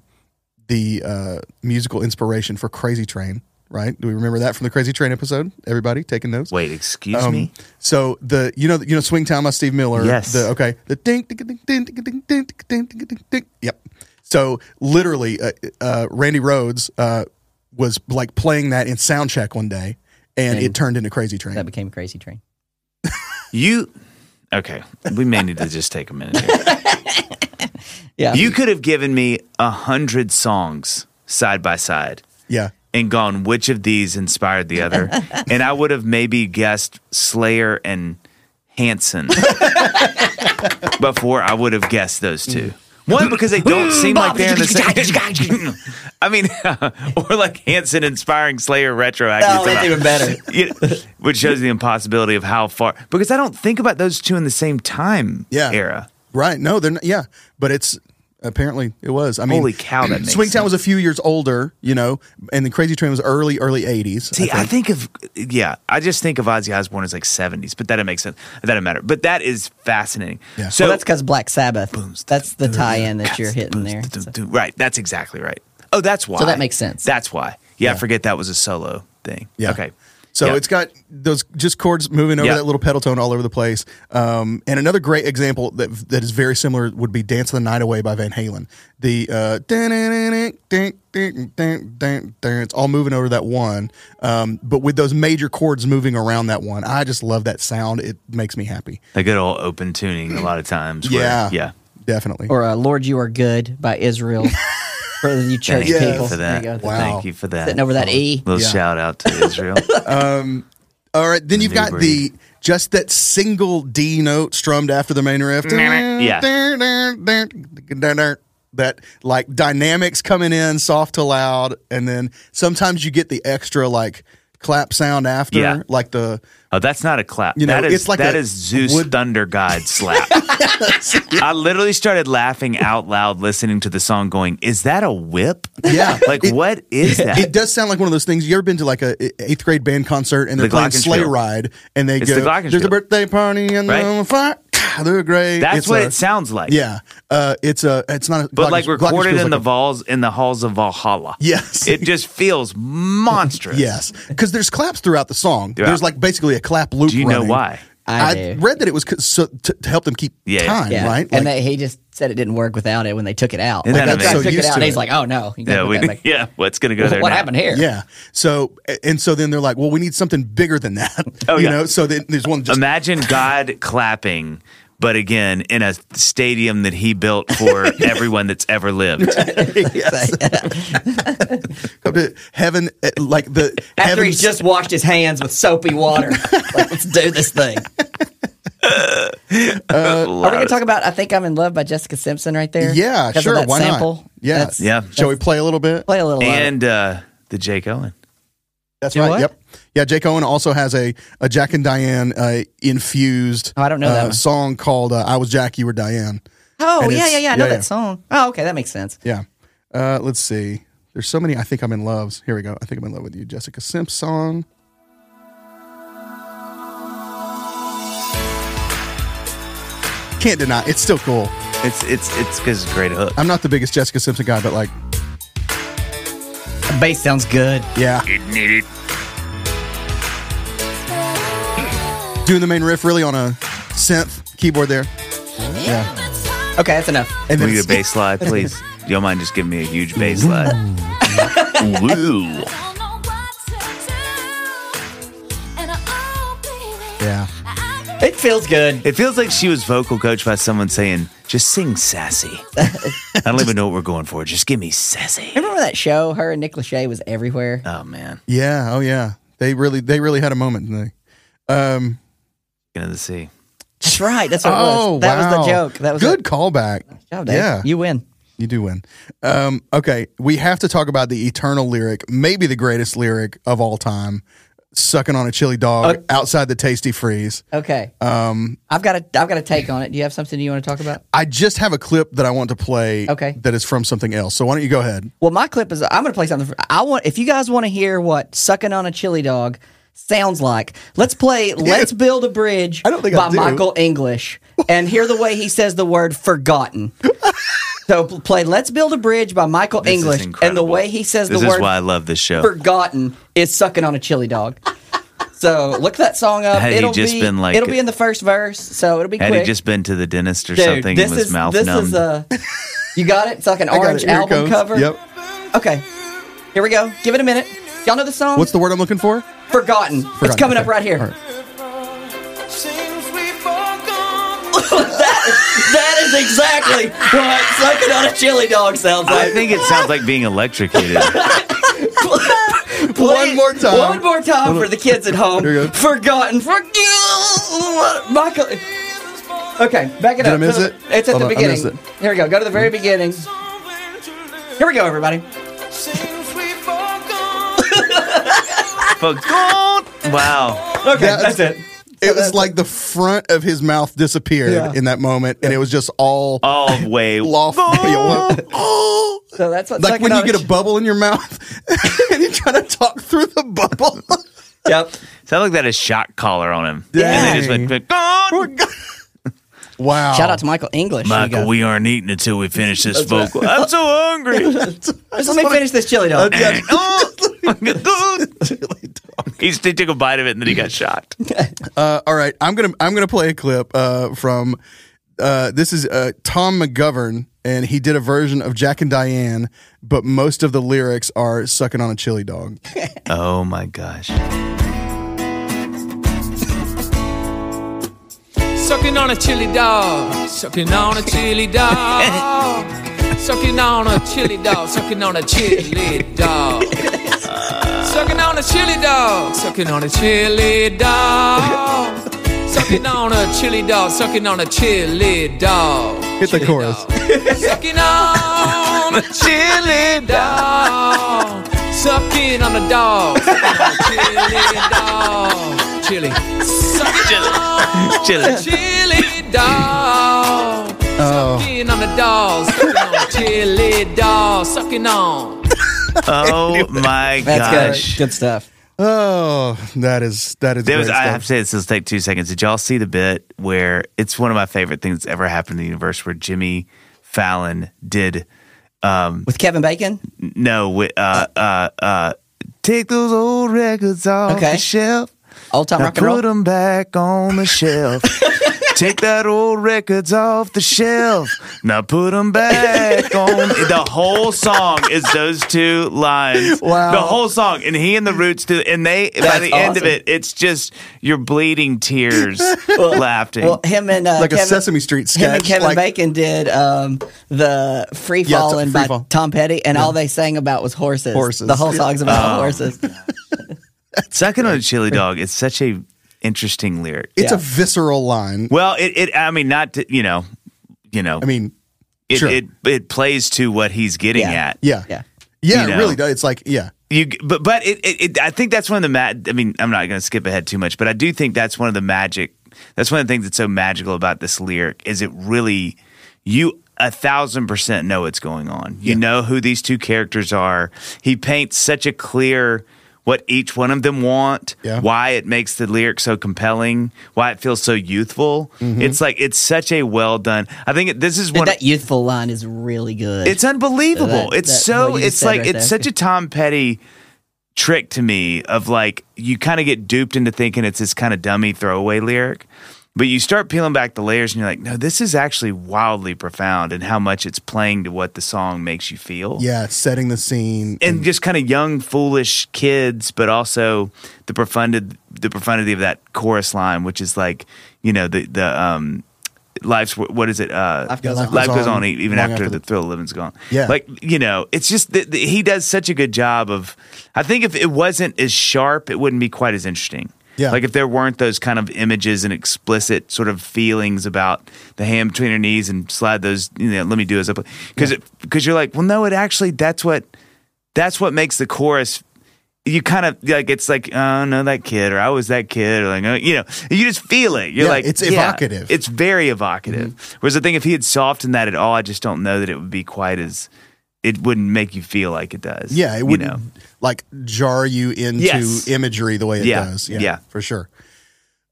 B: the uh, musical inspiration for Crazy Train. Right? Do we remember that from the Crazy Train episode? Everybody taking notes.
D: Wait, excuse
B: Um,
D: me.
B: So the you know you know Swing Town by Steve Miller.
D: Yes.
B: The okay. The ding ding ding ding ding ding ding ding ding ding ding. Yep. So literally, uh, uh, Randy Rhodes uh, was like playing that in soundcheck one day, and it turned into Crazy Train.
C: That became Crazy Train.
D: You okay? We may need to just take a minute. Here.
C: Yeah.
D: You could have given me a hundred songs side by side
B: yeah.
D: and gone which of these inspired the other, and I would have maybe guessed Slayer and Hanson before I would have guessed those two. One because they don't
C: Mm.
D: seem like they're in the same. I mean, or like Hanson inspiring Slayer retroactive.
C: Oh, that's even better.
D: You know, which shows the impossibility of how far because I don't think about those two in the same time
B: Yeah.
D: era.
B: Right. No, they're not, yeah, but it's apparently it was. I mean,
D: Holy cow, that makes
B: Swing Town
D: sense.
B: was a few years older, you know, and the Crazy Train was early early eighties.
D: See, I think. of yeah, I just think of Ozzy Osbourne as like seventies, but that doesn't make sense. That doesn't matter. But that is fascinating.
B: Yeah.
D: So
C: well, that's because Black Sabbath. that's the tie-in that you're hitting there. So-
D: right. That's exactly right. Oh, that's why.
C: So that makes sense.
D: That's why. Yeah, I forget that was a solo thing.
B: Yeah.
D: Okay.
B: So
D: Yeah.
B: it's got those just chords moving over
D: Yeah.
B: that little pedal tone all over the place. Um, and another great example that that is very similar would be "Dance the Night Away" by Van Halen. The uh, dun- dun- dun- dun- dun- dun- dun, it's all moving over that one, um, but with those major chords moving around that one. I just love that sound. It makes me happy.
D: the good old open tuning. A lot of times. where-
B: Yeah,
D: yeah.
B: definitely.
C: Or uh, Lord, You Are Good by Israel for you church
D: Thank you
C: people.
D: for that.
C: There you go.
B: Wow.
D: Thank you for that.
C: Sitting over that E.
D: Little
B: Yeah.
D: shout out to Israel.
B: all right, then you've got
D: Newbury.
B: the just that single D note strummed after the main riff.
D: Yeah.
B: that like dynamics coming in soft to loud and then sometimes you get the extra like clap sound after
D: Yeah.
B: like the
D: Oh, that's not a clap.
B: You know,
D: that is,
B: it's like
D: that
B: a
D: is Zeus
B: wood-
D: thunder god slap. I literally started laughing out loud listening to the song going, is that a whip?
B: Yeah.
D: Like,
B: It-
D: what is that?
B: it does sound like one of those things you ever been to like a a- eighth grade band concert and they're
D: The
B: playing
D: Glockenspiel.
B: Sleigh Ride and they
D: It's
B: go
D: the Glockenspiel.
B: there's a birthday party and
D: Right.
B: on fire they're great.
D: That's
B: It's
D: what
B: a-
D: it sounds like.
B: Yeah, uh, it's a. It's not. A,
D: But
B: Glockenspiel-
D: like recorded
B: Glockenspiel's like
D: in the
B: a-
D: halls in the halls of Valhalla.
B: Yes.
D: It just feels monstrous.
B: Yes, because there's claps throughout the song.
D: Yeah.
B: There's like basically a clap loop.
D: Do you know
B: running.
D: why?
C: I do.
B: read that it was c- so, to, to help them keep
D: Yeah, yeah.
B: time,
C: Yeah.
B: right? Like,
C: and they, he just said it didn't work without it when they took it out.
D: Isn't
C: Like,
D: that
C: they
D: amazing?
C: took
B: So
C: it
B: used
C: out,
B: to
C: and
B: it.
C: he's like, "Oh no, you gotta
D: Yeah,
C: put
D: we,
C: that back.
D: yeah. What's gonna go there?
C: what
D: now?
C: happened here?"
B: yeah. So a- and so then they're like, well, we need something bigger than that.
D: Oh,
B: you
D: yeah.
B: know. So then there's one just
D: Imagine God clapping, but again in a stadium that He built for everyone that's ever lived.
B: go to heaven, uh, like the
C: After
B: heavens-
C: he's just washed his hands with soapy water, like let's do this thing. Are we gonna talk about "I Think I'm in Love" by Jessica Simpson right there?
B: Yeah,
C: Because of
B: sure.
C: that
B: Why
C: sample?
B: not? Yeah,
C: That's-
D: Yeah.
B: Shall we play a little bit?
C: Play a little. of it.
D: and uh, the Jake Owen.
B: That's
C: Do
B: right.
C: what?
B: Yep. Yeah, Jake Owen also has a, a Jack and Diane uh, infused
C: Oh, I don't know that
B: uh,
C: one.
B: song called uh, "I Was Jack, You Were Diane."
C: Oh
B: And
C: yeah,
B: it's-
C: yeah, yeah. I
B: yeah,
C: know
B: yeah.
C: that song. Oh, okay, that makes sense.
B: Yeah. Uh, let's see. There's so many. I think I'm in loves. Here we go. I think I'm in love with you, Jessica Simpson. Can't deny it's still cool.
D: It's it's it's because it's a great hook.
B: I'm not the biggest Jessica Simpson guy, but like,
C: The bass sounds good.
B: yeah, doing the main riff really on a synth keyboard there, yeah.
C: Okay, that's enough.
B: And
D: We need a
B: it's-
D: bass slide, please. You don't mind just giving me a huge bass slide. Woo.
B: Yeah.
C: It feels good.
D: It feels like she was vocal coached by someone saying, just sing sassy. I don't even know what we're going for. Just give me sassy.
C: Remember that show? Her and Nick Lachey was everywhere.
D: Oh, man.
B: Yeah. Oh, yeah. They really, they really had a moment. didn't they? Um,
D: Into the sea.
C: That's right. That's what it
B: oh,
C: was. That was
B: wow.
C: the joke. That was
B: good
C: it.
B: callback.
C: job, Dave.
B: yeah,
C: You win.
B: You do win. Um, okay, we have to talk about the eternal lyric, maybe the greatest lyric of all time, sucking on a chili dog outside the tasty freeze.
C: Okay.
B: Um,
C: I've got a I've got a take on it. Do you have something you want to talk about?
B: I just have a clip that I want to play
C: Okay.
B: that is from something else. So why don't you go ahead?
C: Well, my clip is I'm going to play something. For, I want if you guys want to hear what sucking on a chili dog sounds like, let's play "Let's Build a Bridge"
B: I don't think
C: by
B: I do.
C: Michael English and hear the way he says the word "forgotten." so p- play "Let's Build a Bridge" by Michael
D: This is
C: English and the
D: incredible.
C: way he says
D: This
C: the
D: is
C: word
D: why I love this show.
C: "forgotten" is sucking on a chili dog. So look that song up.
D: Had he
C: it'll
D: just
C: be
D: been like-
C: it'll be in the first verse, so it'll be
D: Had
C: quick.
D: he just been to the dentist or
C: Dude,
D: something
C: this
D: and was
C: is
D: mouth
C: this
D: numb?
C: is a. You got it. It's like an
B: I got
C: orange
B: it. Here it
C: album
B: goes.
C: cover.
B: Yep.
C: Okay. Here we go. Give it a minute. Y'all know the song?
B: What's the word I'm looking for?
C: Forgotten. It's
B: Forgotten.
C: coming up
B: Okay.
C: right here.
B: All right.
C: That is exactly what sucking on a chili dog sounds
D: I
C: like.
D: think it sounds like being electrocuted.
C: Play it
B: more time.
C: One more time for the kids at home.
B: Here we go.
C: Forgotten. Forg- Michael. Okay, back it
B: Did
C: up.
B: I miss
C: So
B: it?
C: It's at
B: Hold
C: the
B: on, I
C: beginning.
B: missed it.
C: Here we go. Go to the very beginning. Here we go, everybody.
D: Forgot. Wow.
C: Okay,
B: Yeah,
C: that's it.
B: It was like the front of his mouth disappeared
C: Yeah.
B: in that moment, and it was just all
D: All way.
B: lawful.
D: uh,
B: Oh,
C: So that's what
B: like
C: sucking
B: when
C: on
B: you get a
C: chi-
B: bubble in your mouth and you try to talk through the bubble.
C: Yep.
D: Sounds like that is shock collar on him. And they just
B: Dang.
D: went, forgot.
B: wow.
C: Shout out to Michael English. Here you
D: Michael,
C: go.
D: we aren't eating until we finish this vocal. I'm so hungry.
C: Just let me finish this chili dog.
D: Oh. he just he took a bite of it and then he got shocked.
B: Uh, all right, I'm gonna I'm gonna play a clip uh, from uh, this is uh, Tom McGovern, and he did a version of Jack and Diane, but most of the lyrics are "sucking on a chili dog."
D: Oh my gosh.
H: Sucking on a chili dog, sucking on a chili dog, sucking on a chili dog, sucking on a chili dog, sucking on a chili dog, sucking on a chili dog, sucking on a chili dog, sucking on a chili dog.
B: Hit the chorus.
H: Sucking on a chili dog. Sucking on a dog. Sucking on a chili dog. Chili. Sucking on
D: Chili.
H: a chili dog. Sucking on a dog. Sucking on a chili dog. Sucking on.
D: Oh my
C: That's
D: gosh.
C: good. Good stuff.
B: Oh, that is that is.
D: There was,
B: great
D: I
B: stuff.
D: have to say this. Let's take two seconds. Did y'all see the bit where it's one of my favorite things that's ever happened in the universe? Where Jimmy Fallon did
C: with Kevin Bacon.
D: no, wi- uh, uh, uh, take those old records off
C: Okay.
D: the shelf.
C: Old time
D: Now
C: rock and roll.
D: put them back on the shelf. Take that old records off the shelf. Now put them back on. The whole song is those two lines.
B: Wow.
D: The whole song, and he and the Roots do, and they by
C: That's
D: the end of
C: awesome.
D: it, it's just you're bleeding tears, laughing.
C: Well, him and uh,
B: Like a
C: Kevin,
B: Sesame Street sketch.
C: Him and Kevin
B: like,
C: Bacon did um, the Free
B: Yeah, it's a
C: Fallin'
B: Free
C: by
B: Fall.
C: Tom Petty, and all they sang about was horses.
B: Horses.
C: The whole song's
D: Oh.
C: about horses.
D: Sucking on a chili dog is such a interesting lyric.
B: It's
C: Yeah.
B: a visceral line.
D: Well, it, it I mean, not to, you know, you know,
B: I mean,
D: it,
B: sure.
D: it it plays to what he's getting
C: Yeah.
D: at.
B: yeah,
C: Yeah.
B: yeah.
D: You
B: it
D: know.
B: really does. It's like yeah.
D: You, but but it, it, it I think that's one of the mag. I mean, I'm not going to skip ahead too much, but I do think that's one of the magic. That's one of the things that's so magical about this lyric is it really you a thousand percent know what's going on. You know who these two characters are. He paints such a clear what each one of them want,
B: Yeah.
D: why it makes the lyric so compelling, why it feels so youthful. It's like it's such a well done. I think it, this is
C: And
D: one
C: that youthful line is really good.
D: it's unbelievable.
C: That-
D: it's
C: that-
D: so
C: what you
D: it's
C: said
D: like
C: right
D: it's
C: there.
D: such a Tom Petty trick to me of like you kind of get duped into thinking it's this kind of dummy throwaway lyric. But you start peeling back the layers and you're like, no, this is actually wildly profound and how much it's playing to what the song makes you feel.
B: Yeah, setting the scene.
D: And just kind of young, foolish kids, but also the profundity, the profundity of that chorus line, which is like, you know, the the um, life's what is it? Uh,
C: Life goes
B: Yeah,
C: on.
B: life
D: life goes on,
B: on
D: e even
B: long
D: after,
B: after
D: the thrill of living's gone.
B: Yeah.
D: like you know, it's just that that he does such a good job of. I think if it wasn't as sharp, it wouldn't be quite as interesting.
B: Yeah.
D: like if there weren't those kind of images and explicit sort of feelings about the hand between her knees and slide those. You know, let me do as up because because you're like, well, no, it actually that's what that's what makes the chorus you kind of like it's like oh no that kid or I was that kid or like oh, you know you just feel it you're
B: Yeah,
D: like
B: it's
D: yeah,
B: evocative. Mm-hmm.
D: it's very evocative whereas the thing if he had softened that at all I just don't know that it would be quite as it wouldn't make you feel like it does
B: yeah, it
D: you
B: wouldn't
D: know?
B: like jar you into
D: Yes.
B: imagery the way it
D: Yeah,
B: does.
D: yeah.
B: for sure.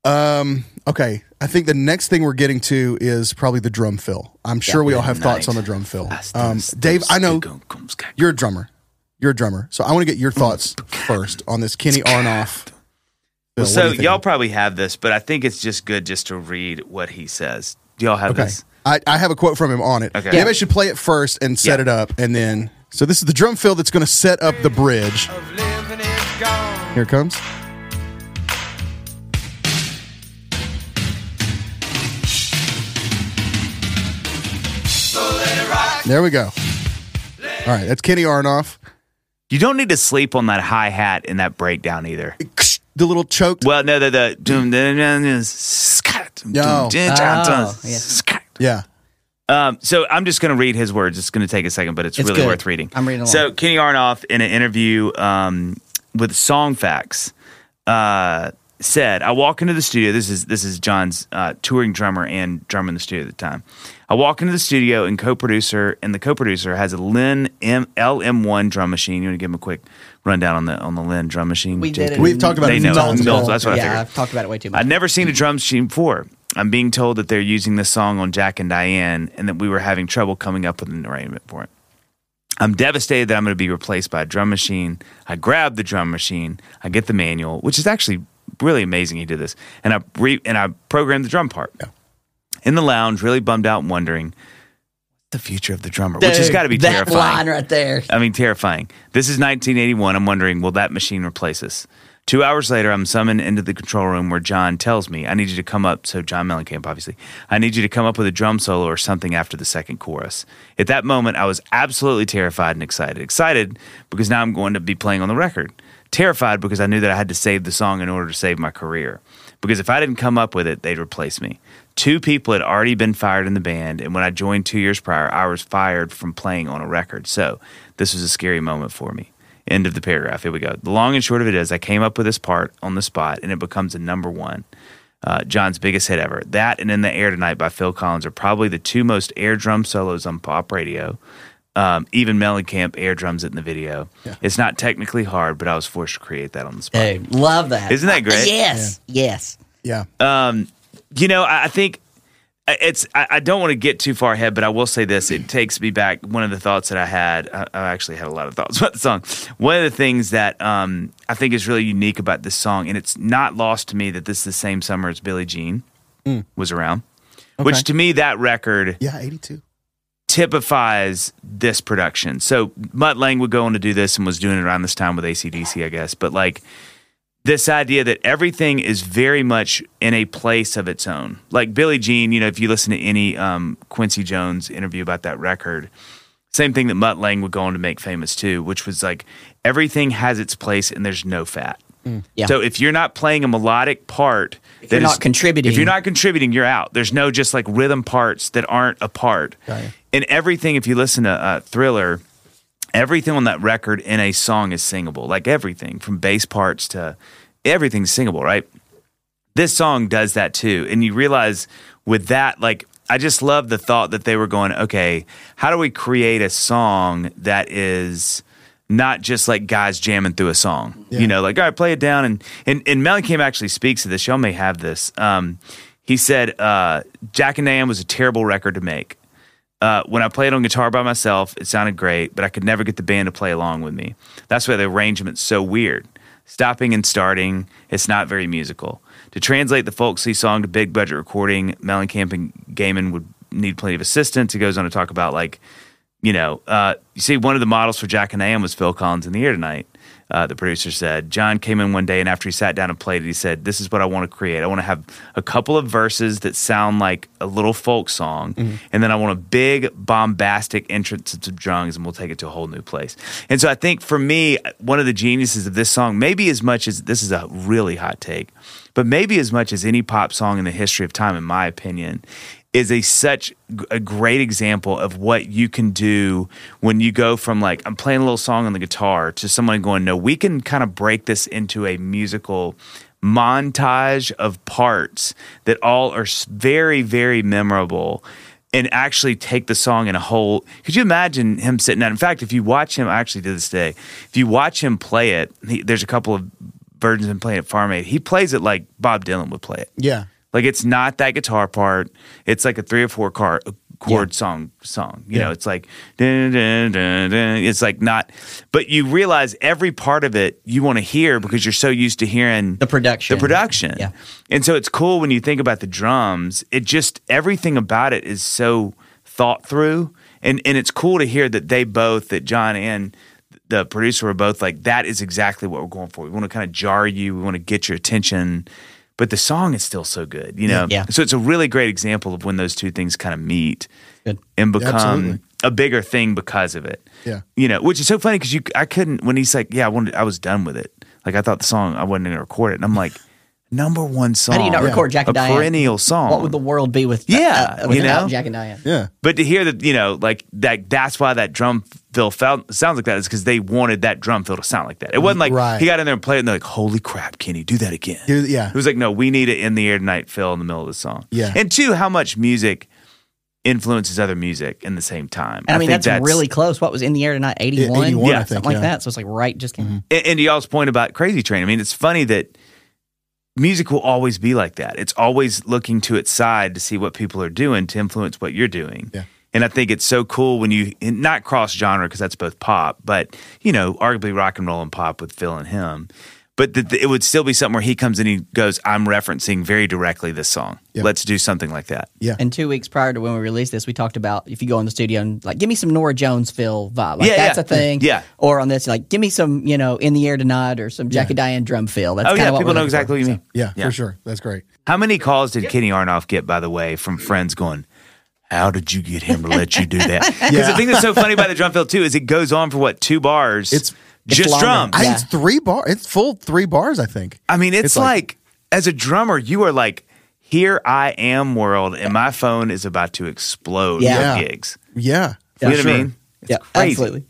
B: Um. Okay. I think the next thing we're getting to is probably the drum fill. I'm sure we all have thoughts on the drum fill. Um, Dave, I know you're a drummer. You're a drummer, so I want to get your thoughts first on this Kenny Arnoff. fill. What do
D: so
B: you think?
D: y'all probably have this but I think it's just good just to read what he says do y'all have
B: Okay.
D: this
B: I, I have a quote from him on it.
D: Okay.
B: Maybe I should play it first and set
D: Yeah.
B: it up, and then. So this is the drum fill that's going to set up the bridge.
F: of living is gone.
B: Here it comes. There we go. All right, that's Kenny Arnoff.
D: you don't need to sleep on that hi hat and that breakdown either
B: The little choked.
D: Well, no, the the doom doom doom doom scat, doom,
B: No.
D: doom, doom, doom,
C: Oh,
D: doom,
C: yeah.
D: scat.
B: yeah.
D: Um, so I'm just going to read his words. It's going to take a second, but it's,
C: It's
D: really
C: good.
D: worth reading.
C: I'm reading along.
D: So Kenny Arnoff, in an interview um, with Song Facts, uh, said, "I walk into the studio. This is this is John's uh, touring drummer and drummer in the studio at the time. I walk into the studio and co-producer, and the co-producer has a Lin M- LM1 drum machine. You want to give him a quick rundown on the on the Lin drum machine?
C: We did
D: JP?
C: it.
B: We've talked about
D: They
B: it
D: know.
B: nonstop.
D: No, that's what I
C: yeah,
D: figured.
C: I've talked about it way too much.
D: I'd never seen a drum machine before. I'm being told that they're using this song on Jack and Diane and that we were having trouble coming up with an arrangement for it. I'm devastated that I'm going to be replaced by a drum machine. I grab the drum machine, I get the manual, which is actually really amazing he did this, and I re- and I programmed the drum part. In the lounge, really bummed out and wondering the future of the drummer, which has
C: Dude,
D: got to be
C: that
D: terrifying.
C: line right there.
D: I mean, terrifying. This is 1981. I'm wondering, will that machine replace us? Two hours later, I'm summoned into the control room where John tells me, I need you to come up. So, John Mellencamp, obviously, I need you to come up with a drum solo or something after the second chorus. At that moment, I was absolutely terrified and excited. Excited because now I'm going to be playing on the record. Terrified because I knew that I had to save the song in order to save my career. Because if I didn't come up with it, they'd replace me. Two people had already been fired in the band, and when I joined two years prior, I was fired from playing on a record. So this was a scary moment for me. End of the paragraph. Here we go. The long and short of it is, I came up with this part on the spot, and it becomes a number one. Uh, John's biggest hit ever. That and In the Air Tonight by Phil Collins are probably the two most air drum solos on pop radio. Um, even Mellencamp air drums it in the video. It's not technically hard, but I was forced to create that on the spot.
C: Dude, love that. Uh,
D: Isn't that great?
C: Yes, yes.
B: Yeah.
D: You know, I, I think uh, it's. I, I don't want to get too far ahead, but I will say this: it takes me back. One of the thoughts that I had. I, I actually had a lot of thoughts about the song. One of the things that um, I think is really unique about this song, and it's not lost to me that this is the same summer as Billie Jean was around. Which to me, that record
B: yeah, 82.
D: typifies this production. So Mutt Lang would go on to do this and was doing it around this time with ACDC, I guess. But like this idea that everything is very much in a place of its own. Like Billie Jean, you know, if you listen to any um, Quincy Jones interview about that record, same thing that Mutt Lang would go on to make famous too, which was like everything has its place and there's no fat.
C: Yeah.
D: So if you're not playing a melodic part, if
C: Mm, you're not contributing.
D: if you're not contributing, you're out. There's no just like rhythm parts that aren't a part. And everything, if you listen to uh, Thriller, everything on that record in a song is singable. Like everything from bass parts to everything's singable, right? This song does that too. And you realize with that, like, I just love the thought that they were going, okay, how do we create a song that is not just like guys jamming through a song? You know, like, all right, play it down. And, and, and Mellencamp actually speaks to this. Y'all may have this. Um, he said, uh, Jack and Nam was a terrible record to make. Uh, when I played on guitar by myself, it sounded great, but I could never get the band to play along with me. That's why the arrangement's so weird. Stopping and starting, it's not very musical. To translate the folksy song to big budget recording, Mellencamp and Gaiman would need plenty of assistance. He goes on to talk about like, you know, uh, you see, one of the models for Jack and Am was Phil Collins in the air tonight. Uh, the producer said, John came in one day and after he sat down and played it, he said, This is what I want to create. I want to have a couple of verses that sound like a little folk song, and then I want a big bombastic entrance to drums, and we'll take it to a whole new place. And so I think for me, one of the geniuses of this song, maybe as much as this is a really hot take, but maybe as much as any pop song in the history of time, in my opinion, is a such g- a great example of what you can do when you go from like I'm playing a little song on the guitar to someone going no we can kind of break this into a musical montage of parts that all are s- very very memorable and actually take the song in a whole could you imagine him sitting down in fact if you watch him I actually to this day if you watch him play it he, there's a couple of versions of him playing it farm aid he plays it like Bob Dylan would play it
B: Yeah.
D: like it's not that guitar part. It's like a three or four car uh, chord song song. You know, it's like dun, dun, dun, dun. it's like not but you realize every part of it you want to hear because you're so used to hearing
C: The production.
D: The production.
C: Yeah.
D: And so it's cool when you think about the drums. It just everything about it is so thought through. And and it's cool to hear that they both, that John and the producer were both like, that is exactly what we're going for. We want to kind of jar you. We want to get your attention. But the song is still so good, you know?
C: Yeah.
D: So it's a really great example of when those two things kind of meet
C: Good.
D: and become
B: Absolutely.
D: a bigger thing because of it.
B: Yeah.
D: You know, which is so funny because you I couldn't when he's like, Yeah, I wanted I was done with it. Like I thought the song I wasn't gonna record it. And I'm like, number one song.
C: How do you not record Jack
D: a
C: and Diane?
D: perennial song.
C: What would the world be with?
D: Yeah,
C: uh, without
D: you know?
C: Jack and Diane.
B: Yeah.
D: but to hear that, you know, like that, that's why that drum fill felt, sounds like that is because they wanted that drum fill to sound like that. It wasn't like
B: Right.
D: he got in there and played it and they're like, holy crap, can he do that again?
B: Do- yeah.
D: It was like, no, we need it in the air tonight fill in the middle of the song.
B: Yeah.
D: And two, how much music influences other music in the same time.
C: And I mean,
D: think
C: that's, really close. What was in the air tonight? 81?
B: 81,
D: I
B: think,
C: Something like
B: yeah. Mm-hmm.
C: that. So it's like right just came out.
D: and, and to y'all's point about Crazy Train, I mean, it's funny that music will always be like that. It's always looking to its side to see what people are doing to influence what you're doing.
B: Yeah.
D: And I think it's so cool when you and not cross genre because that's both pop, but you know, arguably rock and roll and pop with Phil and him. But that it would still be something where he comes in and he goes, "I'm referencing very directly this song.
B: Yeah.
D: Let's do something like that."
B: Yeah.
C: And two weeks prior to when we released this, we talked about if you go in the studio and like, give me some Nora Jones feel vibe. Like,
D: Yeah,
C: that's
D: yeah.
C: a thing.
D: Yeah.
C: Or on this, like, give me some, you know, in the air tonight or some Jack and Diane drum feel. That's
D: oh
C: kind
D: yeah,
C: of what
D: people
C: we're
D: know
C: looking for.
D: exactly what you mean.
B: yeah.
D: Yeah.
B: For sure. That's great.
D: How many calls did Kenny Arnoff get, by the way, from friends going, How did you get him to let you do that? Because
B: Yeah.
D: the thing that's so funny about the drum fill, too, is it goes on for what, two bars?
B: It's-
C: it's
D: just
C: longer.
D: drums.
B: I
D: I,
B: think it's three bars. It's full three bars, I think.
D: mean, it's,
B: It's like-
D: like, as a drummer, you are like, Here I am, world, and my phone is about to explode with
C: Yeah.
B: Yeah.
D: gigs.
B: Yeah.
D: You know
B: for
D: what I
B: sure.
D: mean? It's
C: Yeah,
D: crazy.
C: absolutely.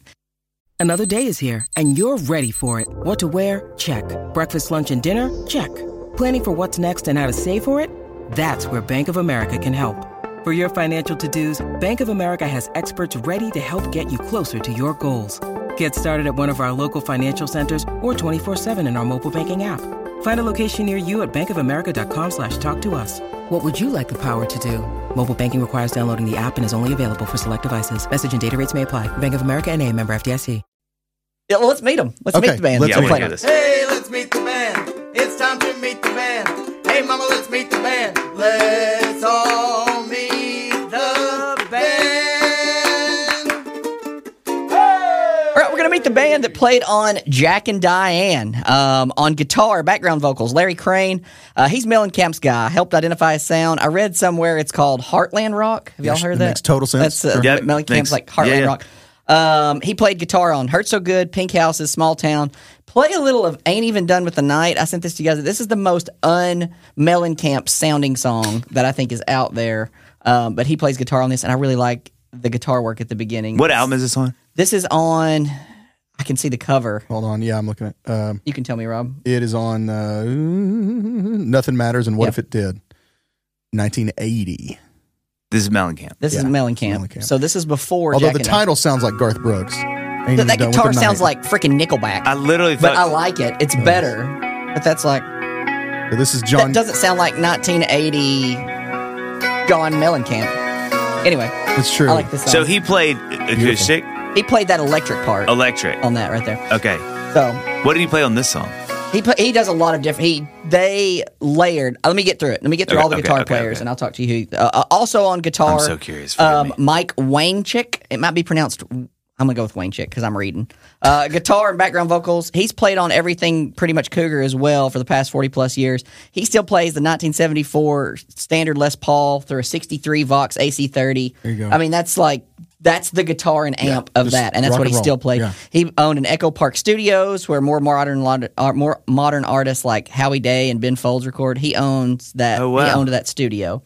I: Another day is here, and you're ready for it. What to wear? Check. Breakfast, lunch, and dinner? Check. Planning for what's next and how to save for it? That's where Bank of America can help. For your financial to-dos, Bank of America has experts ready to help get you closer to your goals. Get started at one of our local financial centers or 24-7 in our mobile banking app. Find a location near you at bankofamerica.com slash talk to us. What would you like the power to do? Mobile banking requires downloading the app and is only available for select devices. Message and data rates may apply. Bank of America and a member FDIC.
C: Yeah, well, let's meet them. Let's
B: Okay,
C: meet the band.
B: let's
D: Yeah, we
B: play
D: do
B: it.
D: this.
A: Hey, let's meet the band. It's time to meet the band. Hey, mama, let's meet the band. Let's all meet the band.
C: All right, we're going to meet the band that played on Jack and Diane um, on guitar, background vocals. Larry Crane, uh, he's Mellencamp's guy, helped identify his sound. I read somewhere it's called Heartland Rock. Have y'all
B: Yes,
C: heard
B: it
C: of that?
B: makes total sense.
C: That's uh,
D: Yep,
C: Mellencamp's
D: thanks.
C: like Heartland
D: Yeah, yeah.
C: Rock. Um, he played guitar on Hurt So Good, Pink Houses, Small Town. Play a little of Ain't Even Done with the Night. I sent this to you guys. This is the most un Mellencamp sounding song that I think is out there. Um, but he plays guitar on this, and I really like the guitar work at the beginning.
D: What album is this on?
C: This is on. I can see the cover.
B: Hold on. Yeah, I'm looking at. Um,
C: You can tell me, Rob.
B: it is on uh, Nothing Matters and What
C: Yeah.
B: If It Did, 1980.
D: This is Mellencamp.
C: This is
B: Yeah,
C: Mellencamp.
B: Mellencamp.
C: So this is before.
B: Although
C: Jack
B: the
C: and-
B: title sounds like Garth Brooks. Ain't
C: Th-
B: even
C: that
B: done with
C: guitar
B: the
C: sounds
B: night.
C: like freaking Nickelback.
D: I literally
C: but I
D: thought
C: like it. It's better. But that's like
B: But this is
C: that
B: John.
C: doesn't sound like 1980 gone Mellencamp. Anyway,
B: It's true.
C: I like this song.
D: so he played uh, acoustic,
C: he played that electric part
D: electric.
C: on that right there.
D: Okay,
C: So
D: what did he play on this song?
C: He put, he does a lot of different. He they layered. uh, Let me get through it. Let me get through
D: Okay,
C: all the
D: okay,
C: guitar
D: okay,
C: players,
D: okay.
C: and I'll talk to you. who- Uh, uh, also on guitar, um,
D: I'm so curious, forgive me.
C: Mike Wangchick. It might be pronounced. I'm gonna go with Wangchick because I'm reading. Uh, guitar and background vocals. He's played on everything pretty much Cougar as well for the past 40 plus years. He still plays the 1974 standard Les Paul through a 63 Vox AC30. There you
B: go.
C: I mean, that's like. That's the guitar and amp of
B: just
C: that, and that's
B: rock
C: what
B: and
C: he
B: roll.
C: still played.
B: Yeah.
C: He owned an Echo Park Studios, where more modern lot- uh, more modern artists like Howie Day and Ben Folds record. He owns that.
D: Oh, wow.
C: He owned that studio.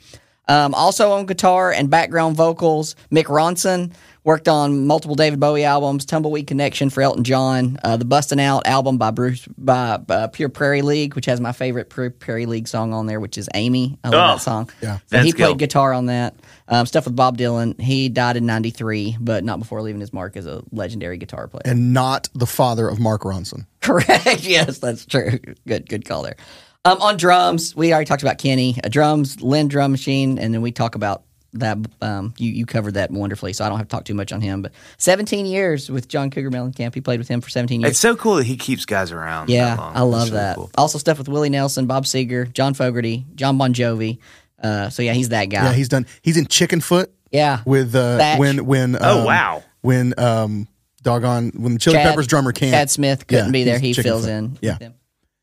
C: Um, also on guitar and background vocals, Mick Ronson worked on multiple David Bowie albums, Tumbleweed Connection for Elton John, uh, the Bustin' Out album by Bruce by uh, Pure Prairie League, which has my favorite Pure Prairie League song on there, which is Amy. I love
D: Oh,
C: that song.
B: yeah.
C: So he
D: That's
C: played
D: cool.
C: guitar on that. Um, stuff with Bob Dylan. He died in '93, but not before leaving his mark as a legendary guitar player.
B: and not the father of Mark Ronson.
C: Correct. Yes, that's true. Good, good call there. Um, on drums, we already talked about Kenny. Uh, drums, Lynn Drum Machine, and then we talk about that. Um, you you covered that wonderfully, so I don't have to talk too much on him. But 17 years with John Cougar Mellencamp. He played with him for 17 years.
D: It's so cool that he keeps guys around.
C: yeah,
D: that long.
C: I love
D: That's really
C: that.
D: cool.
C: Also, stuff with Willie Nelson, Bob Seger, John Fogerty, John Bon Jovi. Uh, so yeah, he's that guy.
B: Yeah, he's done. He's in Chicken Foot.
C: Yeah.
B: with uh,
C: Thatch.
B: when when um,
D: Oh, wow.
B: when um doggone when the Chili
C: Chad-
B: Peppers drummer can't
C: Chad Smith couldn't
B: Yeah,
C: be there.
B: he's
C: He
B: Chicken
C: fills
B: Foot.
C: in.
B: Yeah.
C: with them.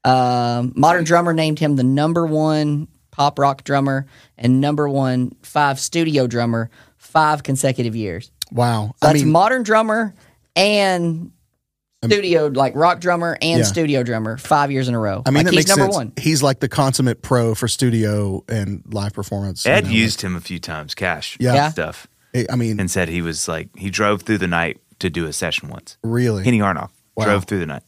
C: Um, modern drummer named him the number one pop rock drummer and number one five studio drummer five consecutive years.
B: Wow,
C: So
B: I
C: that's
B: mean
C: modern drummer and studio like rock drummer and
B: Yeah.
C: studio drummer five years in a row.
B: I mean
C: like,
B: that
C: he's
B: makes
C: number
B: sense.
C: one.
B: He's like the consummate pro for studio and live performance.
D: Ed
B: you know,
D: used him a few times, Cash.
B: Yeah.
C: Yeah.
D: stuff,
B: like, I mean
D: and said he was like he drove through the night to do a session once.
B: really
D: Kenny Arnoff
B: Wow.
D: drove through the night.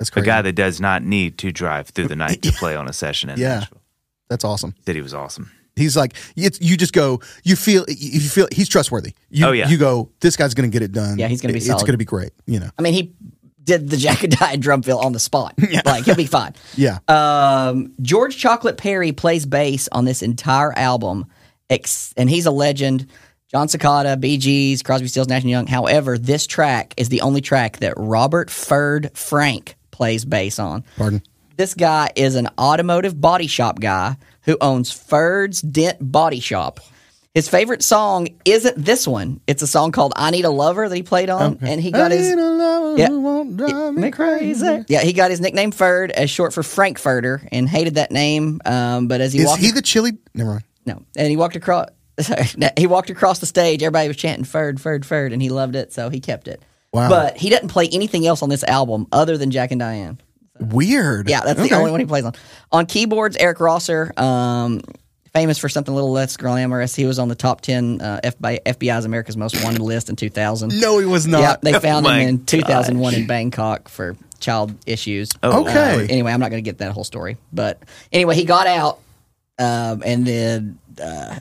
B: that's
D: A
B: crazy.
D: guy that does not need to drive through the night to play on a session in
B: Yeah.
D: Nashville.
B: that's awesome.
D: That he was awesome.
B: He's like it's, you just go you feel you feel he's trustworthy. You,
D: Oh, yeah.
B: you go this guy's going to get it done.
C: Yeah, he's gonna be
B: It's
C: solid.
B: going to be great. You know.
C: I mean, he did the Jackadine drum fill on the spot. Like he'll be fine.
B: Yeah.
C: Um, George Chocolate Perry plays bass on this entire album, ex- and he's a legend. John Cicada, Bee Gees, Crosby, Stills, Nash and Young. However, this track is the only track that Robert Ferd Frank plays bass on.
B: Pardon.
C: This guy is an automotive body shop guy who owns Ferd's Dent Body Shop. His favorite song isn't this one. It's a song called "I Need a Lover" that he played on, and he got his
B: I need a lover
C: Yeah.
B: who won't drive me crazy.
C: yeah, he got his nickname Ferd as short for Frankfurter and hated that name. Um, but as he
B: Is
C: walked,
B: he the chili? Never mind.
C: no, and he walked across. he walked across the stage. Everybody was chanting Ferd, Ferd, Ferd, and he loved it, so he kept it.
B: Wow.
C: But he doesn't play anything else on this album other than Jack and Diane.
B: Weird.
C: Yeah, that's
B: Okay.
C: the only one he plays on. On keyboards, Eric Rosser, um, famous for something a little less glamorous. He was on the top 10 uh, FBI, FBI's America's Most Wanted list in 2000.
B: No, he was
C: Yeah,
B: not.
C: they found
D: my
C: him in 2001 in Bangkok for child issues.
B: Oh,
C: Uh,
B: Okay.
C: Anyway, I'm not going to get that whole story. But anyway, he got out, um, and then uh,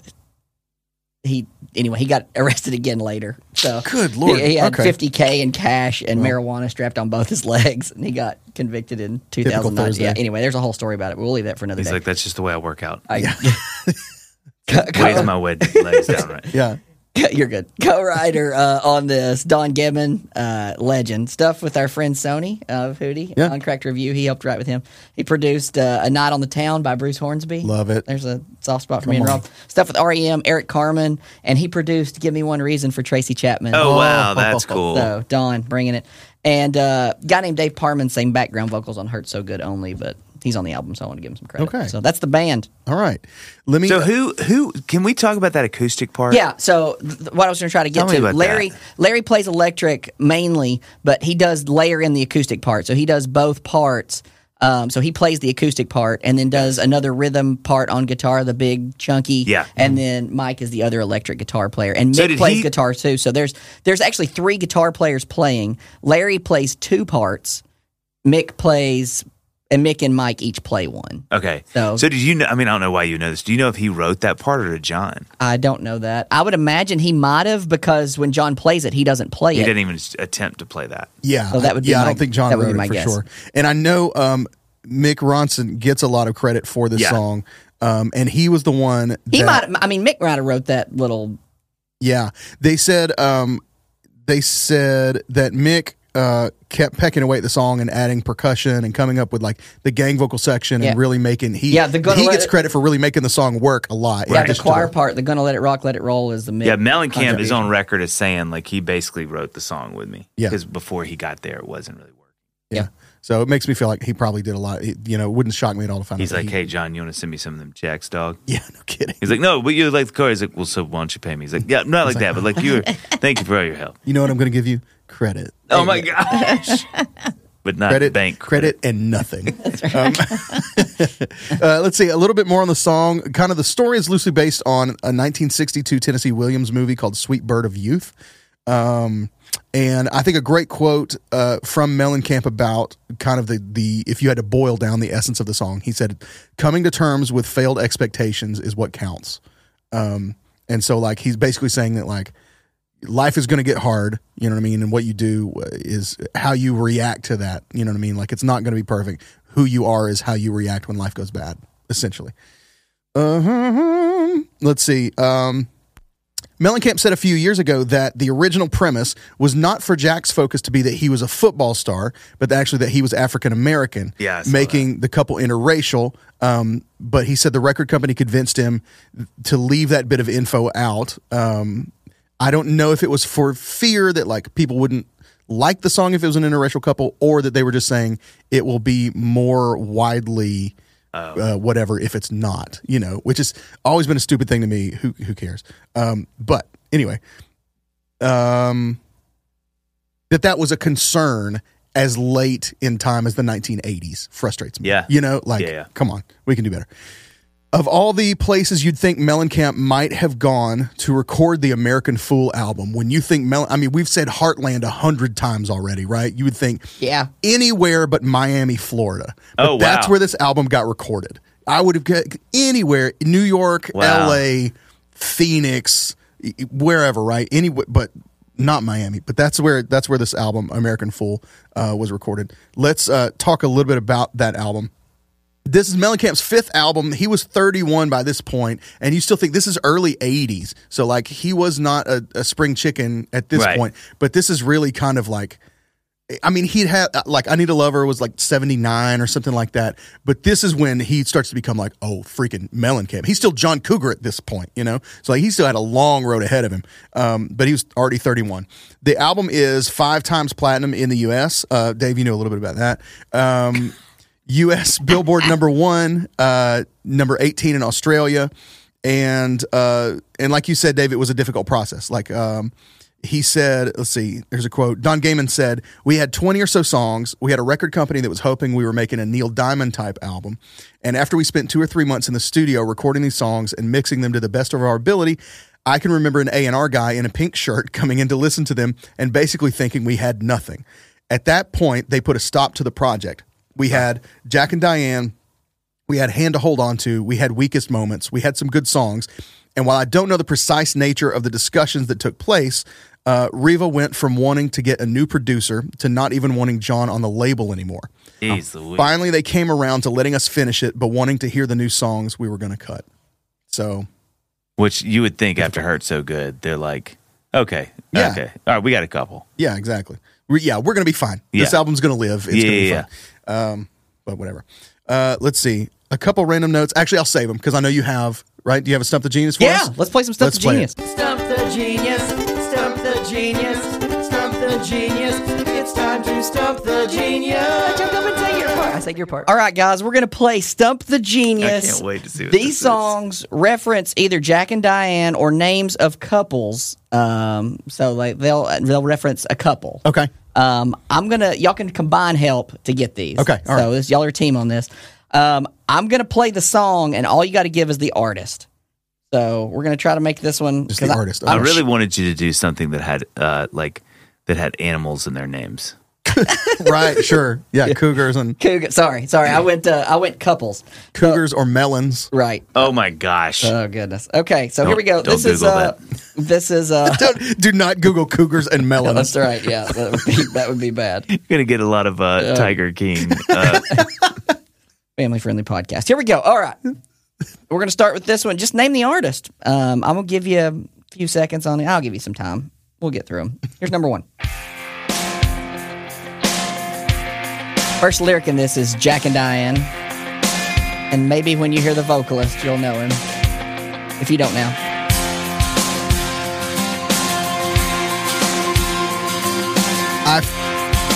C: he anyway he got arrested again later. So
B: Good Lord.
C: he, he had
B: Okay.
C: 50k in cash and marijuana strapped on both his legs, and he got convicted in 2009.
B: Thursday.
C: Yeah. Anyway, there's a whole story about it. but We'll leave that for another
D: He's
C: day.
D: like, that's just the way I work out. I
C: I-
D: weighs my wed- legs down, right?
B: Yeah.
C: You're good. Co-writer uh, on this, Don Gibbon, uh, legend. Stuff with our friend Sony of Hootie
B: Yeah.
C: on Cracked Review. He helped write with him. He produced uh, A Night on the Town by Bruce Hornsby.
B: Love it.
C: There's a soft spot for me and Rob. Stuff with REM, Eric Carmen, and he produced Give Me One Reason for Tracy Chapman.
D: Oh, wow, that's cool.
C: So Don bringing it, and uh, guy named Dave Parman sang background vocals on "Hurt So Good" only, but he's on the album, so I want to give him some credit.
B: Okay.
C: so that's the band.
B: All right. Let me.
D: So who who can we talk about that acoustic part?
C: Yeah. So th- what I was going to try to get
D: Tell me
C: to,
D: about
C: Larry.
D: that.
C: Larry plays electric mainly, but he does layer in the acoustic part. So he does both parts. Um, so he plays the acoustic part and then does another rhythm part on guitar, the big chunky.
D: Yeah. Mm-hmm.
C: And then Mike is the other electric guitar player, and
D: So
C: Mick
D: did
C: plays
D: he-
C: guitar too. So there's there's actually three guitar players playing. Larry plays two parts. Mick plays, and Mick and Mike each play one.
D: Okay.
C: So-
D: So, did you know? I mean, I don't know why you know this. Do you know if he wrote that part or did John?
C: I don't know that. I would imagine he might have because when John plays it, he doesn't play
D: He
C: it.
D: didn't even s- attempt to play that.
B: Yeah,
C: So that would be
B: yeah. I
C: my-
B: don't think John
C: that would
B: wrote
C: be my
B: it for
C: guess.
B: sure. And I know um, Mick Ronson gets a lot of credit for this
D: Yeah.
B: song, um, and he was the one.
C: He
B: that,
C: might. I mean, Mick Ryder wrote that little.
B: Yeah, they said um, they said that Mick uh, kept pecking away at the song and adding percussion and coming up with like the gang vocal section
C: Yeah.
B: and really making he
C: Yeah, the gonna
B: he
C: let
B: gets
C: it-
B: credit for really making the song work a lot. in
C: Yeah, the
B: addition to
C: choir part. They're gonna let it rock, let it roll is the Mick.
D: Yeah, Mellencamp is
C: contribution.
D: on record as saying like he basically wrote the song with me.
B: Yeah.
D: Because before he got there, it wasn't really working.
B: Yeah. So it makes me feel like he probably did a lot. It, you know, it wouldn't shock me at all to find
D: He's
B: out. that
D: like,
B: he-
D: hey John, you want to send me some of them checks, dog?
B: yeah, no kidding.
D: He's like, no, but you like the car. He's like, well, so why don't you pay me? He's like, yeah, not like that, but like you. Thank you for all your help.
B: You know what I'm going to give you credit.
D: Oh my gosh. but not
B: credit,
D: bank
B: credit, and nothing. Um, uh, let's see a little bit more on the song. Kind of the story is loosely based on a 1962 Tennessee Williams movie called Sweet Bird of Youth. Um, and I think a great quote uh, from Mellencamp about kind of the, the if you had to boil down the essence of the song, he said, "Coming to terms with failed expectations is what counts." Um, and so, like, he's basically saying that like life is going to get hard. You know what I mean? And what you do uh, is how you react to that. You know what I mean? Like it's not going to be perfect. Who you are is how you react when life goes bad, essentially. Uh-huh. Let's see. Um, Mellencamp said a few years ago that the original premise was not for Jack's focus to be that he was a football star, but actually that he was African American,
D: Yeah, I saw
B: making the couple interracial. Um, but he said the record company convinced him to leave that bit of info out. Um, I don't know if it was for fear that like people wouldn't like the song if it was an interracial couple, or that they were just saying it will be more widely uh, whatever if it's not, you know, which has always been a stupid thing to me. Who who cares? Um, but anyway, um, that that was a concern as late in time as the 1980s frustrates me.
D: Yeah.
B: you know, like
D: Yeah, yeah.
B: come on, we can do better. Of all the places you'd think Mellencamp might have gone to record the American Fool album, when you think Mel, I mean, we've said Heartland a hundred times already, right? You would think
C: Yeah.
B: anywhere but Miami, Florida. But
D: Oh, wow.
B: that's where this album got recorded. I would have got anywhere, New York,
D: Wow.
B: LA, Phoenix, y- y- wherever, right? Anywhere, but not Miami. But that's where that's where this album, American Fool, uh, was recorded. Let's uh, talk a little bit about that album. This is Mellencamp's fifth album. He was 31 by this point, and you still think this is early 80s. So, like, he was not a, a spring chicken at this
D: Right.
B: point, but this is really kind of like I mean, he'd had uh, like I Need a Lover was like seventy nine or something like that. But this is when he starts to become like, oh, freaking Mellencamp. He's still John Cougar at this point, you know. So like, he still had a long road ahead of him. Um, but he was already thirty one. The album is five times platinum in the U.S. Uh, Dave, you know a little bit about that. Um, U.S. Billboard number one, uh, number eighteen in Australia, and uh, and like you said, Dave, it was a difficult process. Like um, he said, let's see, here's a quote. Don Gaiman said, "We had twenty or so songs. We had a record company that was hoping we were making a Neil Diamond type album, and after we spent two or three months in the studio recording these songs and mixing them to the best of our ability." I can remember an A&R guy in a pink shirt coming in to listen to them and basically thinking we had nothing. At that point, they put a stop to the project. We had Jack and Diane. We had hand to hold on to. We had weakest moments. We had some good songs. And while I don't know the precise nature of the discussions that took place, uh, Reva went from wanting to get a new producer to not even wanting John on the label anymore.
D: Jeez Louise.
B: Finally, they came around to letting us finish it, but wanting to hear the new songs we were going to cut. So
D: Which you would think after Hurt So Good, they're like, okay,
B: Yeah.
D: okay. All right, we got a couple.
B: Yeah, exactly. We, yeah, we're gonna be fine. This
D: Yeah.
B: album's gonna live. It's
D: Yeah,
B: gonna be
D: yeah,
B: fine. Um, but whatever. Uh, let's see. A couple random notes. Actually, I'll save them because I know you have. Right? Do you have a stump the genius for
C: Yeah,
B: us?
C: let's play some Stump the
B: play it.
C: Genius.
A: Stump the genius, stump the genius, stump the genius. It's time to stump the genius.
J: Jump up and say your part. I said your part.
C: All right, guys, we're gonna play Stump the Genius.
D: I can't wait to see what this
C: These
D: is.
C: songs reference either Jack and Diane or names of couples. Um, so like they'll they'll reference a couple.
B: Okay.
C: Um, I'm gonna y'all can combine help to get these.
B: Okay, all
C: so
B: right.
C: this y'all are a team on this. Um, I'm gonna play the song, and all you got to give is the artist. So we're gonna try to make this one.
B: Just
C: 'cause
B: the
C: I-
B: artist. Oh,
D: I
B: Okay.
D: really wanted you to do something that had uh, like that had animals in their names.
B: right. Sure. Yeah, Cougars and
C: Cougar, sorry, sorry. I went. Uh, I went couples.
B: cougars or melons.
C: Right.
D: Oh my gosh.
C: Oh goodness. Okay. So here
D: Don't-
C: we go.
D: don't
C: This is,
D: Google
C: uh, this is. uh
B: Don't, do not Google cougars and melons.
C: That's right. Yeah, that would be, that would be bad.
D: You're going to get a lot of uh, Tiger King. Uh,
C: Family friendly podcast. Here we go. All right, we're gonna start with this one. Just name the artist. Um, I'm gonna give you a few seconds on it. I'll give you some time. We'll get through them. Here's number one. First lyric in this is Jack and Diane, and maybe when you hear the vocalist, you'll know him. If you don't now.
B: I,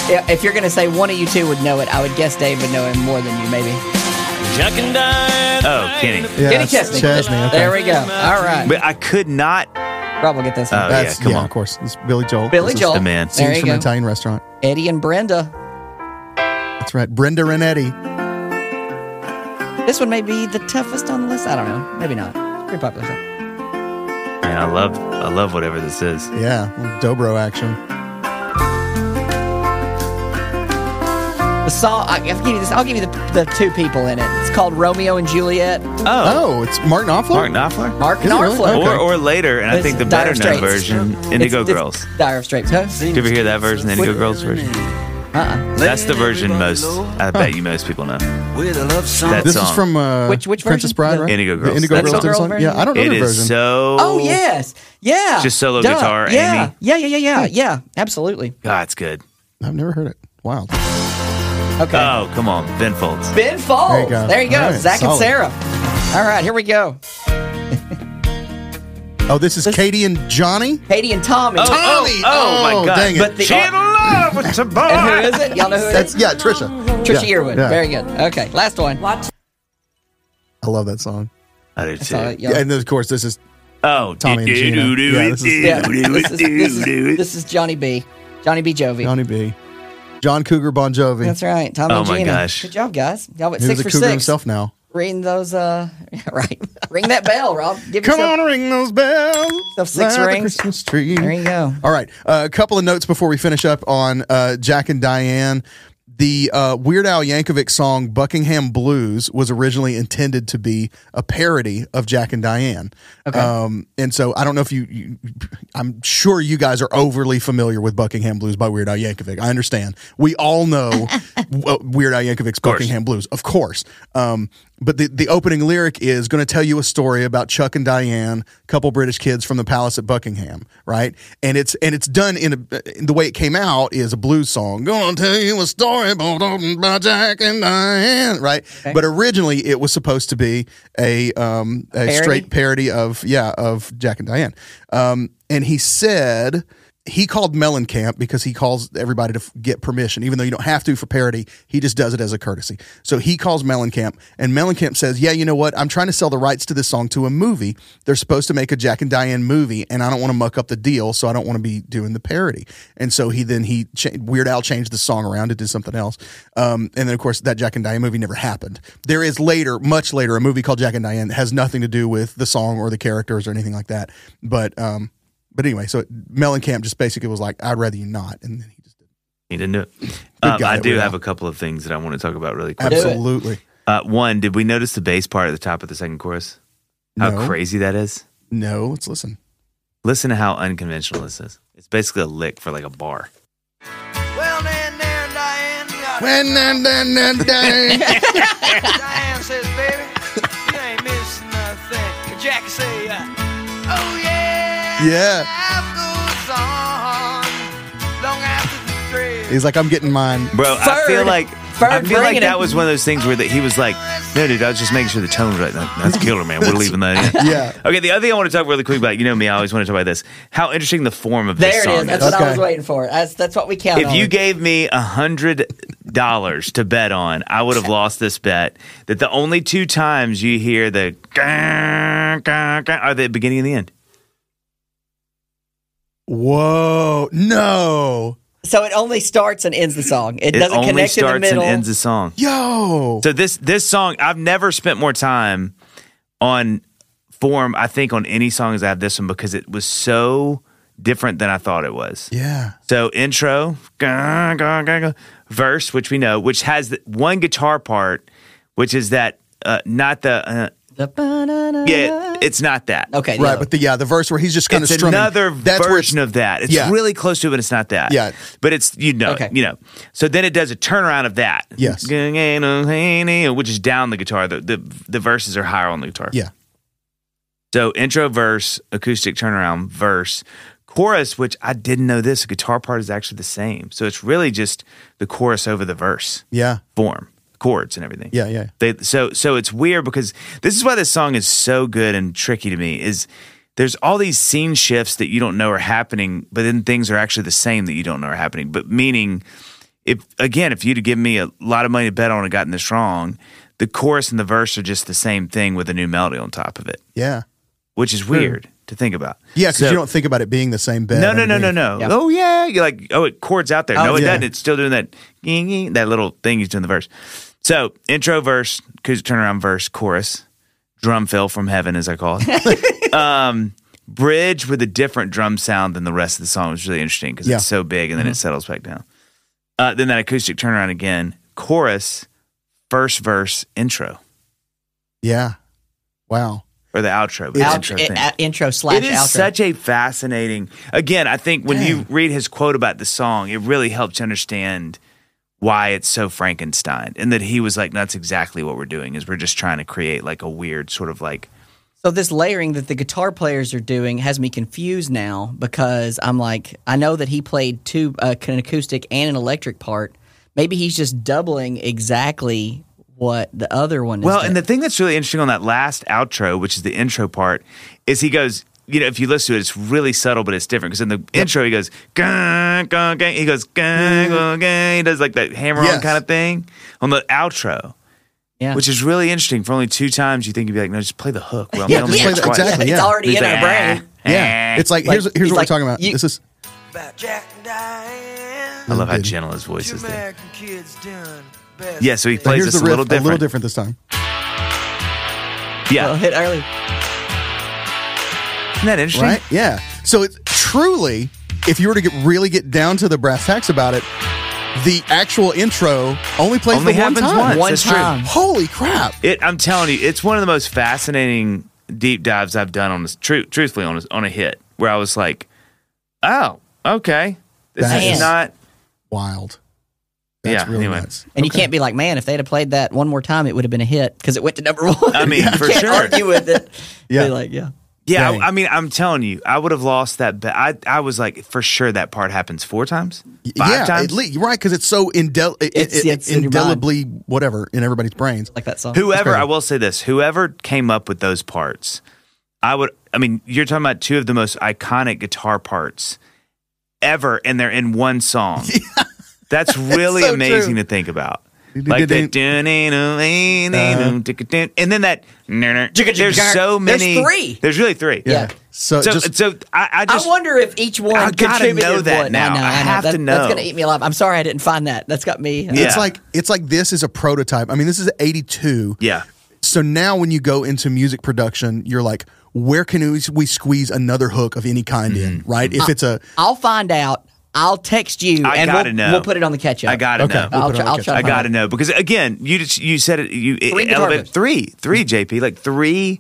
C: Yeah, if you're going to say one of you two would know it, I would guess Dave would know him more than you, maybe.
D: oh, Kenny.
B: yeah,
C: Kenny
B: it's
C: Chesney.
B: Chesney, okay.
C: There we go. All right.
D: But I could not.
C: Probably get this one.
D: Oh,
B: That's
D: yeah, come
B: yeah,
D: on.
B: Of course, it's Billy Joel.
C: Billy
B: This is-
C: Joel.
D: the man.
C: There
B: Scenes
C: you
B: from an
C: go.
B: Italian restaurant.
C: Eddie and Brenda.
B: That's right. Brenda and Eddie.
C: This one may be the toughest on the list. I don't know. Maybe not. It's pretty popular. song.
D: Man, I love, I love whatever this is.
B: Yeah, Dobro action.
C: The song. I, I'll give you this. I'll give you the, the two people in it. It's called Romeo and Juliet.
D: Oh,
B: Oh, it's Martin Offler.
D: Mark Knopfler?
C: Mark
B: Is it really?
C: Knopfler.
B: Okay.
D: Or, or later, and I
C: It's
D: think the
C: Dire
D: better known
C: Straits.
D: version, Indigo
C: It's- it's
D: Girls.
C: Dire of Straits. Huh?
D: Did you ever hear that version, the Indigo Girls version?
C: Uh-uh.
D: That's the version most, I bet you most people know.
F: With a love song.
D: That
B: This
D: song.
B: is from uh,
C: Which- which
B: Princess Bride,
C: version? The-
B: right?
D: Indigo
B: The
D: Girls.
B: Indigo
D: That's
B: Girls.
D: the
B: theme
C: girl
B: song?
C: version?
B: Yeah, I don't know
D: It
B: the
D: is
B: version.
D: so.
C: Oh yes. Yeah.
D: Just solo
C: Duh.
D: guitar,
C: Yeah.
D: Amy.
C: Yeah. Yeah. Yeah. Yeah. Yeah. Absolutely.
D: God, it's good.
B: I've never heard it. Wild.
C: Okay.
D: Oh, come on. Ben Folds.
C: Ben Folds. There you go.
B: go. All right,
C: Zach
B: solid.
C: and Sarah. All right, here we go.
B: Oh, this is Katie and Johnny.
C: Katie and Tommy.
D: Oh, oh,
B: Tommy!
D: oh,
B: Oh,
D: my God.
B: dang it.
C: But the-
D: She in love with some boy.
C: And who is it? Y'all know who it
B: That's
C: is?
B: yeah, Trisha.
C: Trisha
B: yeah,
C: Earwood.
B: yeah.
C: Very good. Okay, last one.
B: I love that song.
D: I do
C: That's all
D: too.
C: right, y'all-
B: Yeah, and then, of course, this is
D: Oh,
B: Tommy and Gina. Yeah, this is-
C: yeah, this, is, this, is, this is Johnny B. Johnny B. Jovi.
B: Johnny B. John Cougar Bon Jovi.
C: That's right. Tommy
D: Oh
C: and
D: my
C: Gina.
D: gosh.
C: Good job, guys. Y'all went
B: Who's
C: six
B: a
C: for
B: cougar
C: six.
B: himself now?
C: Ring those, uh, right. Ring that bell, Rob. Give
B: Come
C: yourself-
B: on, ring those bells.
C: Stuff six
B: by the
C: rings.
B: Christmas tree.
C: There you go.
B: All right, uh, a couple of notes before we finish up on uh, Jack and Diane. The uh, Weird Al Yankovic song "Buckingham Blues" was originally intended to be a parody of Jack and Diane, okay. um, and so I don't know if you, you. I'm sure you guys are overly familiar with "Buckingham Blues" by Weird Al Yankovic. I understand. We all know uh, Weird Al Yankovic's "Buckingham Blues," of course. Um, but the, the opening lyric is going to tell you a story about Chuck and Diane, couple British kids from the palace at Buckingham, right? And it's and it's done in a in the way it came out is a blues song. Gonna tell you a story about about Jack and Diane, right? But originally it was supposed to be a um a straight parody of yeah of Jack and Diane. Um, and he said he called Mellencamp because he calls everybody to f- get permission, even though you don't have to for parody. He just does it as a courtesy. So he calls Mellencamp, and Mellencamp says, "Yeah, you know what? I'm trying to sell the rights to this song to a movie. They're supposed to make a Jack and Diane movie, and I don't want to muck up the deal, so I don't want to be doing the parody." And so he then he cha- Weird Al changed the song around. It did something else, um, and then of course that Jack and Diane movie never happened. There is later, much later, a movie called Jack and Diane that has nothing to do with the song or the characters or anything like that, but. Um, but anyway, so Mellencamp just basically was like, "I'd rather you not," and then he just
D: He didn't do it. Um,
B: guy,
D: I do
B: Weird Al.
D: have a couple of things that I want to talk about really quick.
B: absolutely
D: Uh, one, did we notice the bass part at the top of the second chorus? How
B: No.
D: crazy that is.
B: No, let's listen.
D: Listen to how unconventional this is. It's basically a lick for like a bar.
F: Well, then there, Diane. got it.
B: When I'm done, I'm done.
F: Diane says, baby, you ain't missing nothing. Jackie say, uh, oh yeah.
B: Yeah.
F: Life goes on long after the thrill.
B: He's like, I'm getting mine.
D: Bro, I
C: Third.
D: feel like I
C: Third,
D: feel
C: bring
D: like
C: it
D: that
C: in.
D: was one of those things where that he was like, "No, dude, I was just making sure the tone was right. That- That's killer, man. We're leaving that." in.
B: Yeah.
D: Okay. The other thing I want to talk really quick about, you know me, I always want to talk about this. How interesting the form of this
C: There it
D: song
C: is. That's what
B: Okay.
C: I was waiting for. That's, that's what we count
D: if
C: on.
D: you gave me a hundred dollars to bet on, I would have lost this bet. That the only two times you hear the gah, gah, gah are the beginning and the end.
B: Whoa. No.
C: so it only starts and ends the song. It,
D: It
C: doesn't
D: only
C: connect in
D: starts
C: the middle.
D: and ends the song.
B: Yo.
D: So this this song, I've never spent more time on form. I think on any song as I have this one because it was so different than I thought it was.
B: Yeah.
D: So intro, gah, gah, gah, gah, verse, which we know, which has the- one guitar part, which is that uh, not the uh, yeah, it's not that.
C: okay,
B: Right,
C: no.
B: but the yeah, the verse where he's just kind
D: It's
B: of strumming.
D: another
B: That's where it's-
D: version of that. It's
B: Yeah.
D: really close to it, but it's not that.
B: Yeah.
D: But it's you know
C: Okay.
D: you know. So then it does a turnaround of that.
B: Yes.
D: Which is down the guitar. The the, the verses are higher on the guitar.
B: Yeah.
D: So intro verse, acoustic turnaround verse, chorus, which I didn't know this. The guitar part is actually the same. So it's really just the chorus over the verse
B: Yeah.
D: form, chords and everything.
B: Yeah. Yeah.
D: They, so so it's weird because this is why this song is so good and tricky to me is there's all these scene shifts that you don't know are happening, but then things are actually the same that you don't know are happening. But meaning, if again, if you'd have given me a lot of money to bet on and gotten this wrong, the chorus and the verse are just the same thing with a new melody on top of it,
B: Yeah.
D: which is weird to think about.
B: Yeah, because
D: So-
B: you don't think about it being the same bed.
D: no, no, no, no,
B: underneath.
D: no. Oh yeah, you're like, oh, it chords out there. no, it
B: yeah.
D: doesn't. It's still doing that, ging, ging, that little thing he's doing the verse. So intro verse, acoustic turnaround verse, chorus, drum fill from heaven, as I call it. um, bridge with a different drum sound than the rest of the song was really interesting because
B: Yeah.
D: it's so big and then it settles back down. Uh, then that acoustic turnaround again, chorus, first verse, intro
B: Yeah. Wow.
D: or the outro. but
C: Out-
D: it's intro
C: i-
D: thing.
C: a- intro slash
D: it is
C: outro.
D: such a fascinating again i think when you read his quote about the song it really helps you understand why it's so frankenstein and that he was like that's exactly what we're doing is we're just trying to create like a weird sort of like
C: So this layering that the guitar players are doing has me confused now because I'm like, I know that he played two, uh, an acoustic and an electric part. Maybe he's just doubling exactly what the other one is.
D: well
C: doing.
D: and the thing that's really interesting on that last outro which is the intro part is he goes you know, if you listen to it, it's really subtle, but it's different. Because in the intro, he goes, "Gung, gung, gung." he goes, "Gung, gung, gung." he does like that hammer on
B: Yes.
D: kind of thing on the outro,
C: yeah.
D: which is really interesting. For only two times, you think you'd be like, no, just play the hook. Well, yeah,
B: just play the- exactly.
C: it's
B: yeah.
C: already
D: He's
C: in
D: like,
C: our brain.
D: "Ah,
B: Yeah.
D: ah."
B: It's like,
C: Like,
B: here's here's
C: he's
B: what we're
C: like,
B: talking about.
C: you-
B: this is
F: About Jack and Diane.
D: I love how gentle his voice
F: Two
D: is. There.
F: American kids done best.
D: Yeah, so he
B: but
D: plays
B: here's the
D: this a
B: riff,
D: little
B: a
D: different.
B: little different this time.
D: Yeah,
C: Well, hit early.
D: isn't that interesting?
B: Right? Yeah. So it's truly, if you were to get really get down to the brass tacks about it, the actual intro only plays
D: Only
B: the one
D: happens
B: time.
D: once.
C: One
D: That's
C: time.
D: true.
B: Holy crap.
D: It, I'm telling you, it's one of the most fascinating deep dives I've done on this. True, truthfully, on a, on a hit where I was like, oh, okay, this
B: That
D: is
C: is-
D: not.
B: Wild. That's
D: Yeah,
B: really
D: anyway.
B: nuts.
C: And you can't be like, man, if they'd have played that one more time, it would have been a hit because it went to number one.
D: I mean,
C: You
D: for
C: can't
D: sure.
C: argue with it.
B: Yeah.
C: Be like, yeah.
D: Yeah,
B: Dang.
D: I, I mean, I'm telling you, I would have lost that bet. I, I was like, for sure, that part happens four times, five
B: yeah, at
D: times.
B: least- you're right because it's so indel- it,
C: It's-
B: it-
C: it's in your
B: indelibly whatever in everybody's brains.
C: Like that song.
D: Whoever,
B: crazy.
D: I will say this, whoever came up with those parts, I would, I mean, you're talking about two of the most iconic guitar parts ever, and they're in one song. That's really
B: so
D: amazing
B: true.
D: to think about. Like that, dun-dun-dun-dun-dun, and then that. There's so
C: There's
D: many.
C: three.
D: There's really three.
C: Yeah.
B: So,
D: So,
B: just
D: so I, I just
C: I wonder if each one
D: I gotta
C: contributed
D: know that
C: one.
D: now.
C: I, know,
D: I
C: know.
D: have
C: That-
D: to know.
C: That's gonna eat me alive. I'm sorry I didn't find that. That's got me.
D: Yeah.
B: it's like it's like this is a prototype. I mean, this is '82.
D: Yeah.
B: So now, when you go into music production, you're like,
D: Mm-hmm.
B: where can we, we squeeze another hook of any kind in? Right? If it's a
C: I'll find out. I'll text you
D: I
C: and
D: gotta
C: we'll,
D: know.
C: we'll put it on the catch up.
D: I gotta
B: Okay.
D: know.
B: We'll
C: I'll,
B: put it
C: try,
B: on the
C: I'll
B: catch
C: try
D: I
C: to
D: gotta know because again, you just you said it. You
C: Three
D: it, elevate
C: departments.
D: three, three JP, like three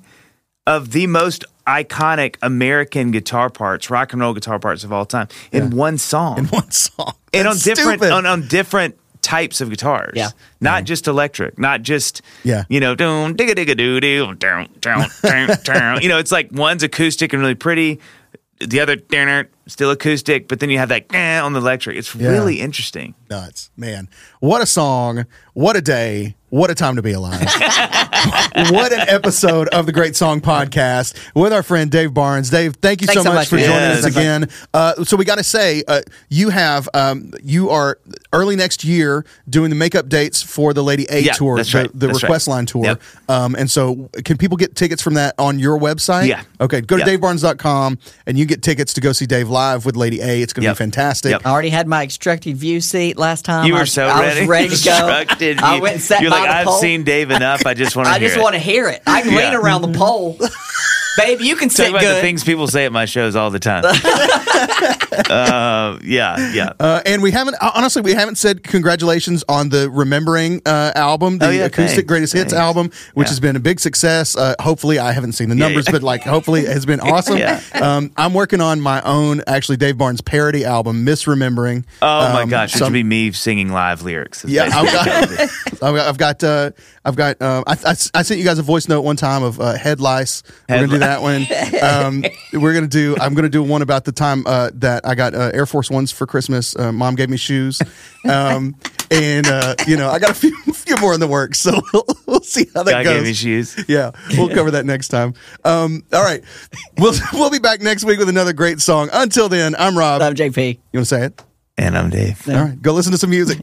D: of the most iconic American guitar parts, rock and roll guitar parts of all time in one song,
B: in one song.
D: and on
B: That's
D: different
B: stupid.
D: on, on different types of guitars.
C: Yeah.
D: not just electric, not just
B: Yeah.
D: you know, doom digga digga doo doo down down down down. You know, it's like one's acoustic and really pretty. The other dinner still acoustic, but then you have that eh, on the electric. It's
B: Yeah.
D: really interesting.
B: nuts, man. What a song! What a day! What a time to be alive! what an episode of the Great Song Podcast with our friend Dave Barnes. Dave, thank you
C: Thanks
B: so, much, for
C: man.
B: joining
D: Yeah,
B: us
D: thanks.
B: again. Uh, so we got to say, uh, you have um, you are early next year doing the makeup dates for the Lady A
D: Yeah,
B: tour,
D: that's
B: the,
D: right.
B: the
D: That's
B: Request
D: right.
B: Line tour.
D: Yep.
B: Um, and so, can people get tickets from that on your website?
D: Yeah.
B: Okay, go to
D: Yeah.
B: davebarnes.com and you get tickets to go see Dave live with Lady A. It's going to
D: Yep.
B: be fantastic.
D: Yep.
C: I already had my extracted view seat last time.
D: You
C: I
D: were
C: was-
D: so
C: I
D: ready.
C: was ready to
D: Instructed
C: go. I
D: you.
C: went and sat
D: You're
C: by
D: like,
C: the
D: I've
C: pole.
D: seen Dave enough. I just want to
C: I
D: hear
C: just
D: it.
C: want to hear it. I can
D: Yeah. Mm-hmm.
C: lean around the pole. Babe, you can
D: Talk
C: sit
D: about the
C: good.
D: things people say at my shows all the time. uh, yeah, yeah.
B: Uh, and we haven't honestly we haven't said congratulations on the remembering uh, album the
D: Oh, yeah,
B: acoustic
D: thanks,
B: greatest hits
D: thanks.
B: album which
D: Yeah.
B: has been a big success uh, hopefully i haven't seen the
D: Yeah,
B: numbers
D: yeah.
B: but like hopefully it has been awesome
D: Yeah.
B: um, i'm working on my own actually dave barnes parody album misremembering
D: oh my
B: Um,
D: gosh,
B: so
D: it should
B: I'm-
D: be me singing live lyrics. That's
B: yeah, I've
D: basically
B: got,
D: what it is.
B: I've got, I've got, uh, I've got. Um, I, I, I sent you guys a voice note one time of uh, head lice. we're gonna do that one. Um, we're gonna do. I'm gonna do one about the time uh, that I got uh, Air Force Ones for Christmas. Uh, Mom gave me shoes, um, and uh, you know I got a few, few more in the works. So we'll, we'll see how that
D: God
B: goes.
D: gave me shoes.
B: Yeah, we'll cover that next time. Um, all right, we'll we'll be back next week with another great song. Until then, I'm Rob.
C: I'm JP.
B: you want to say it?
D: And I'm Dave.
B: All right, go listen to some music.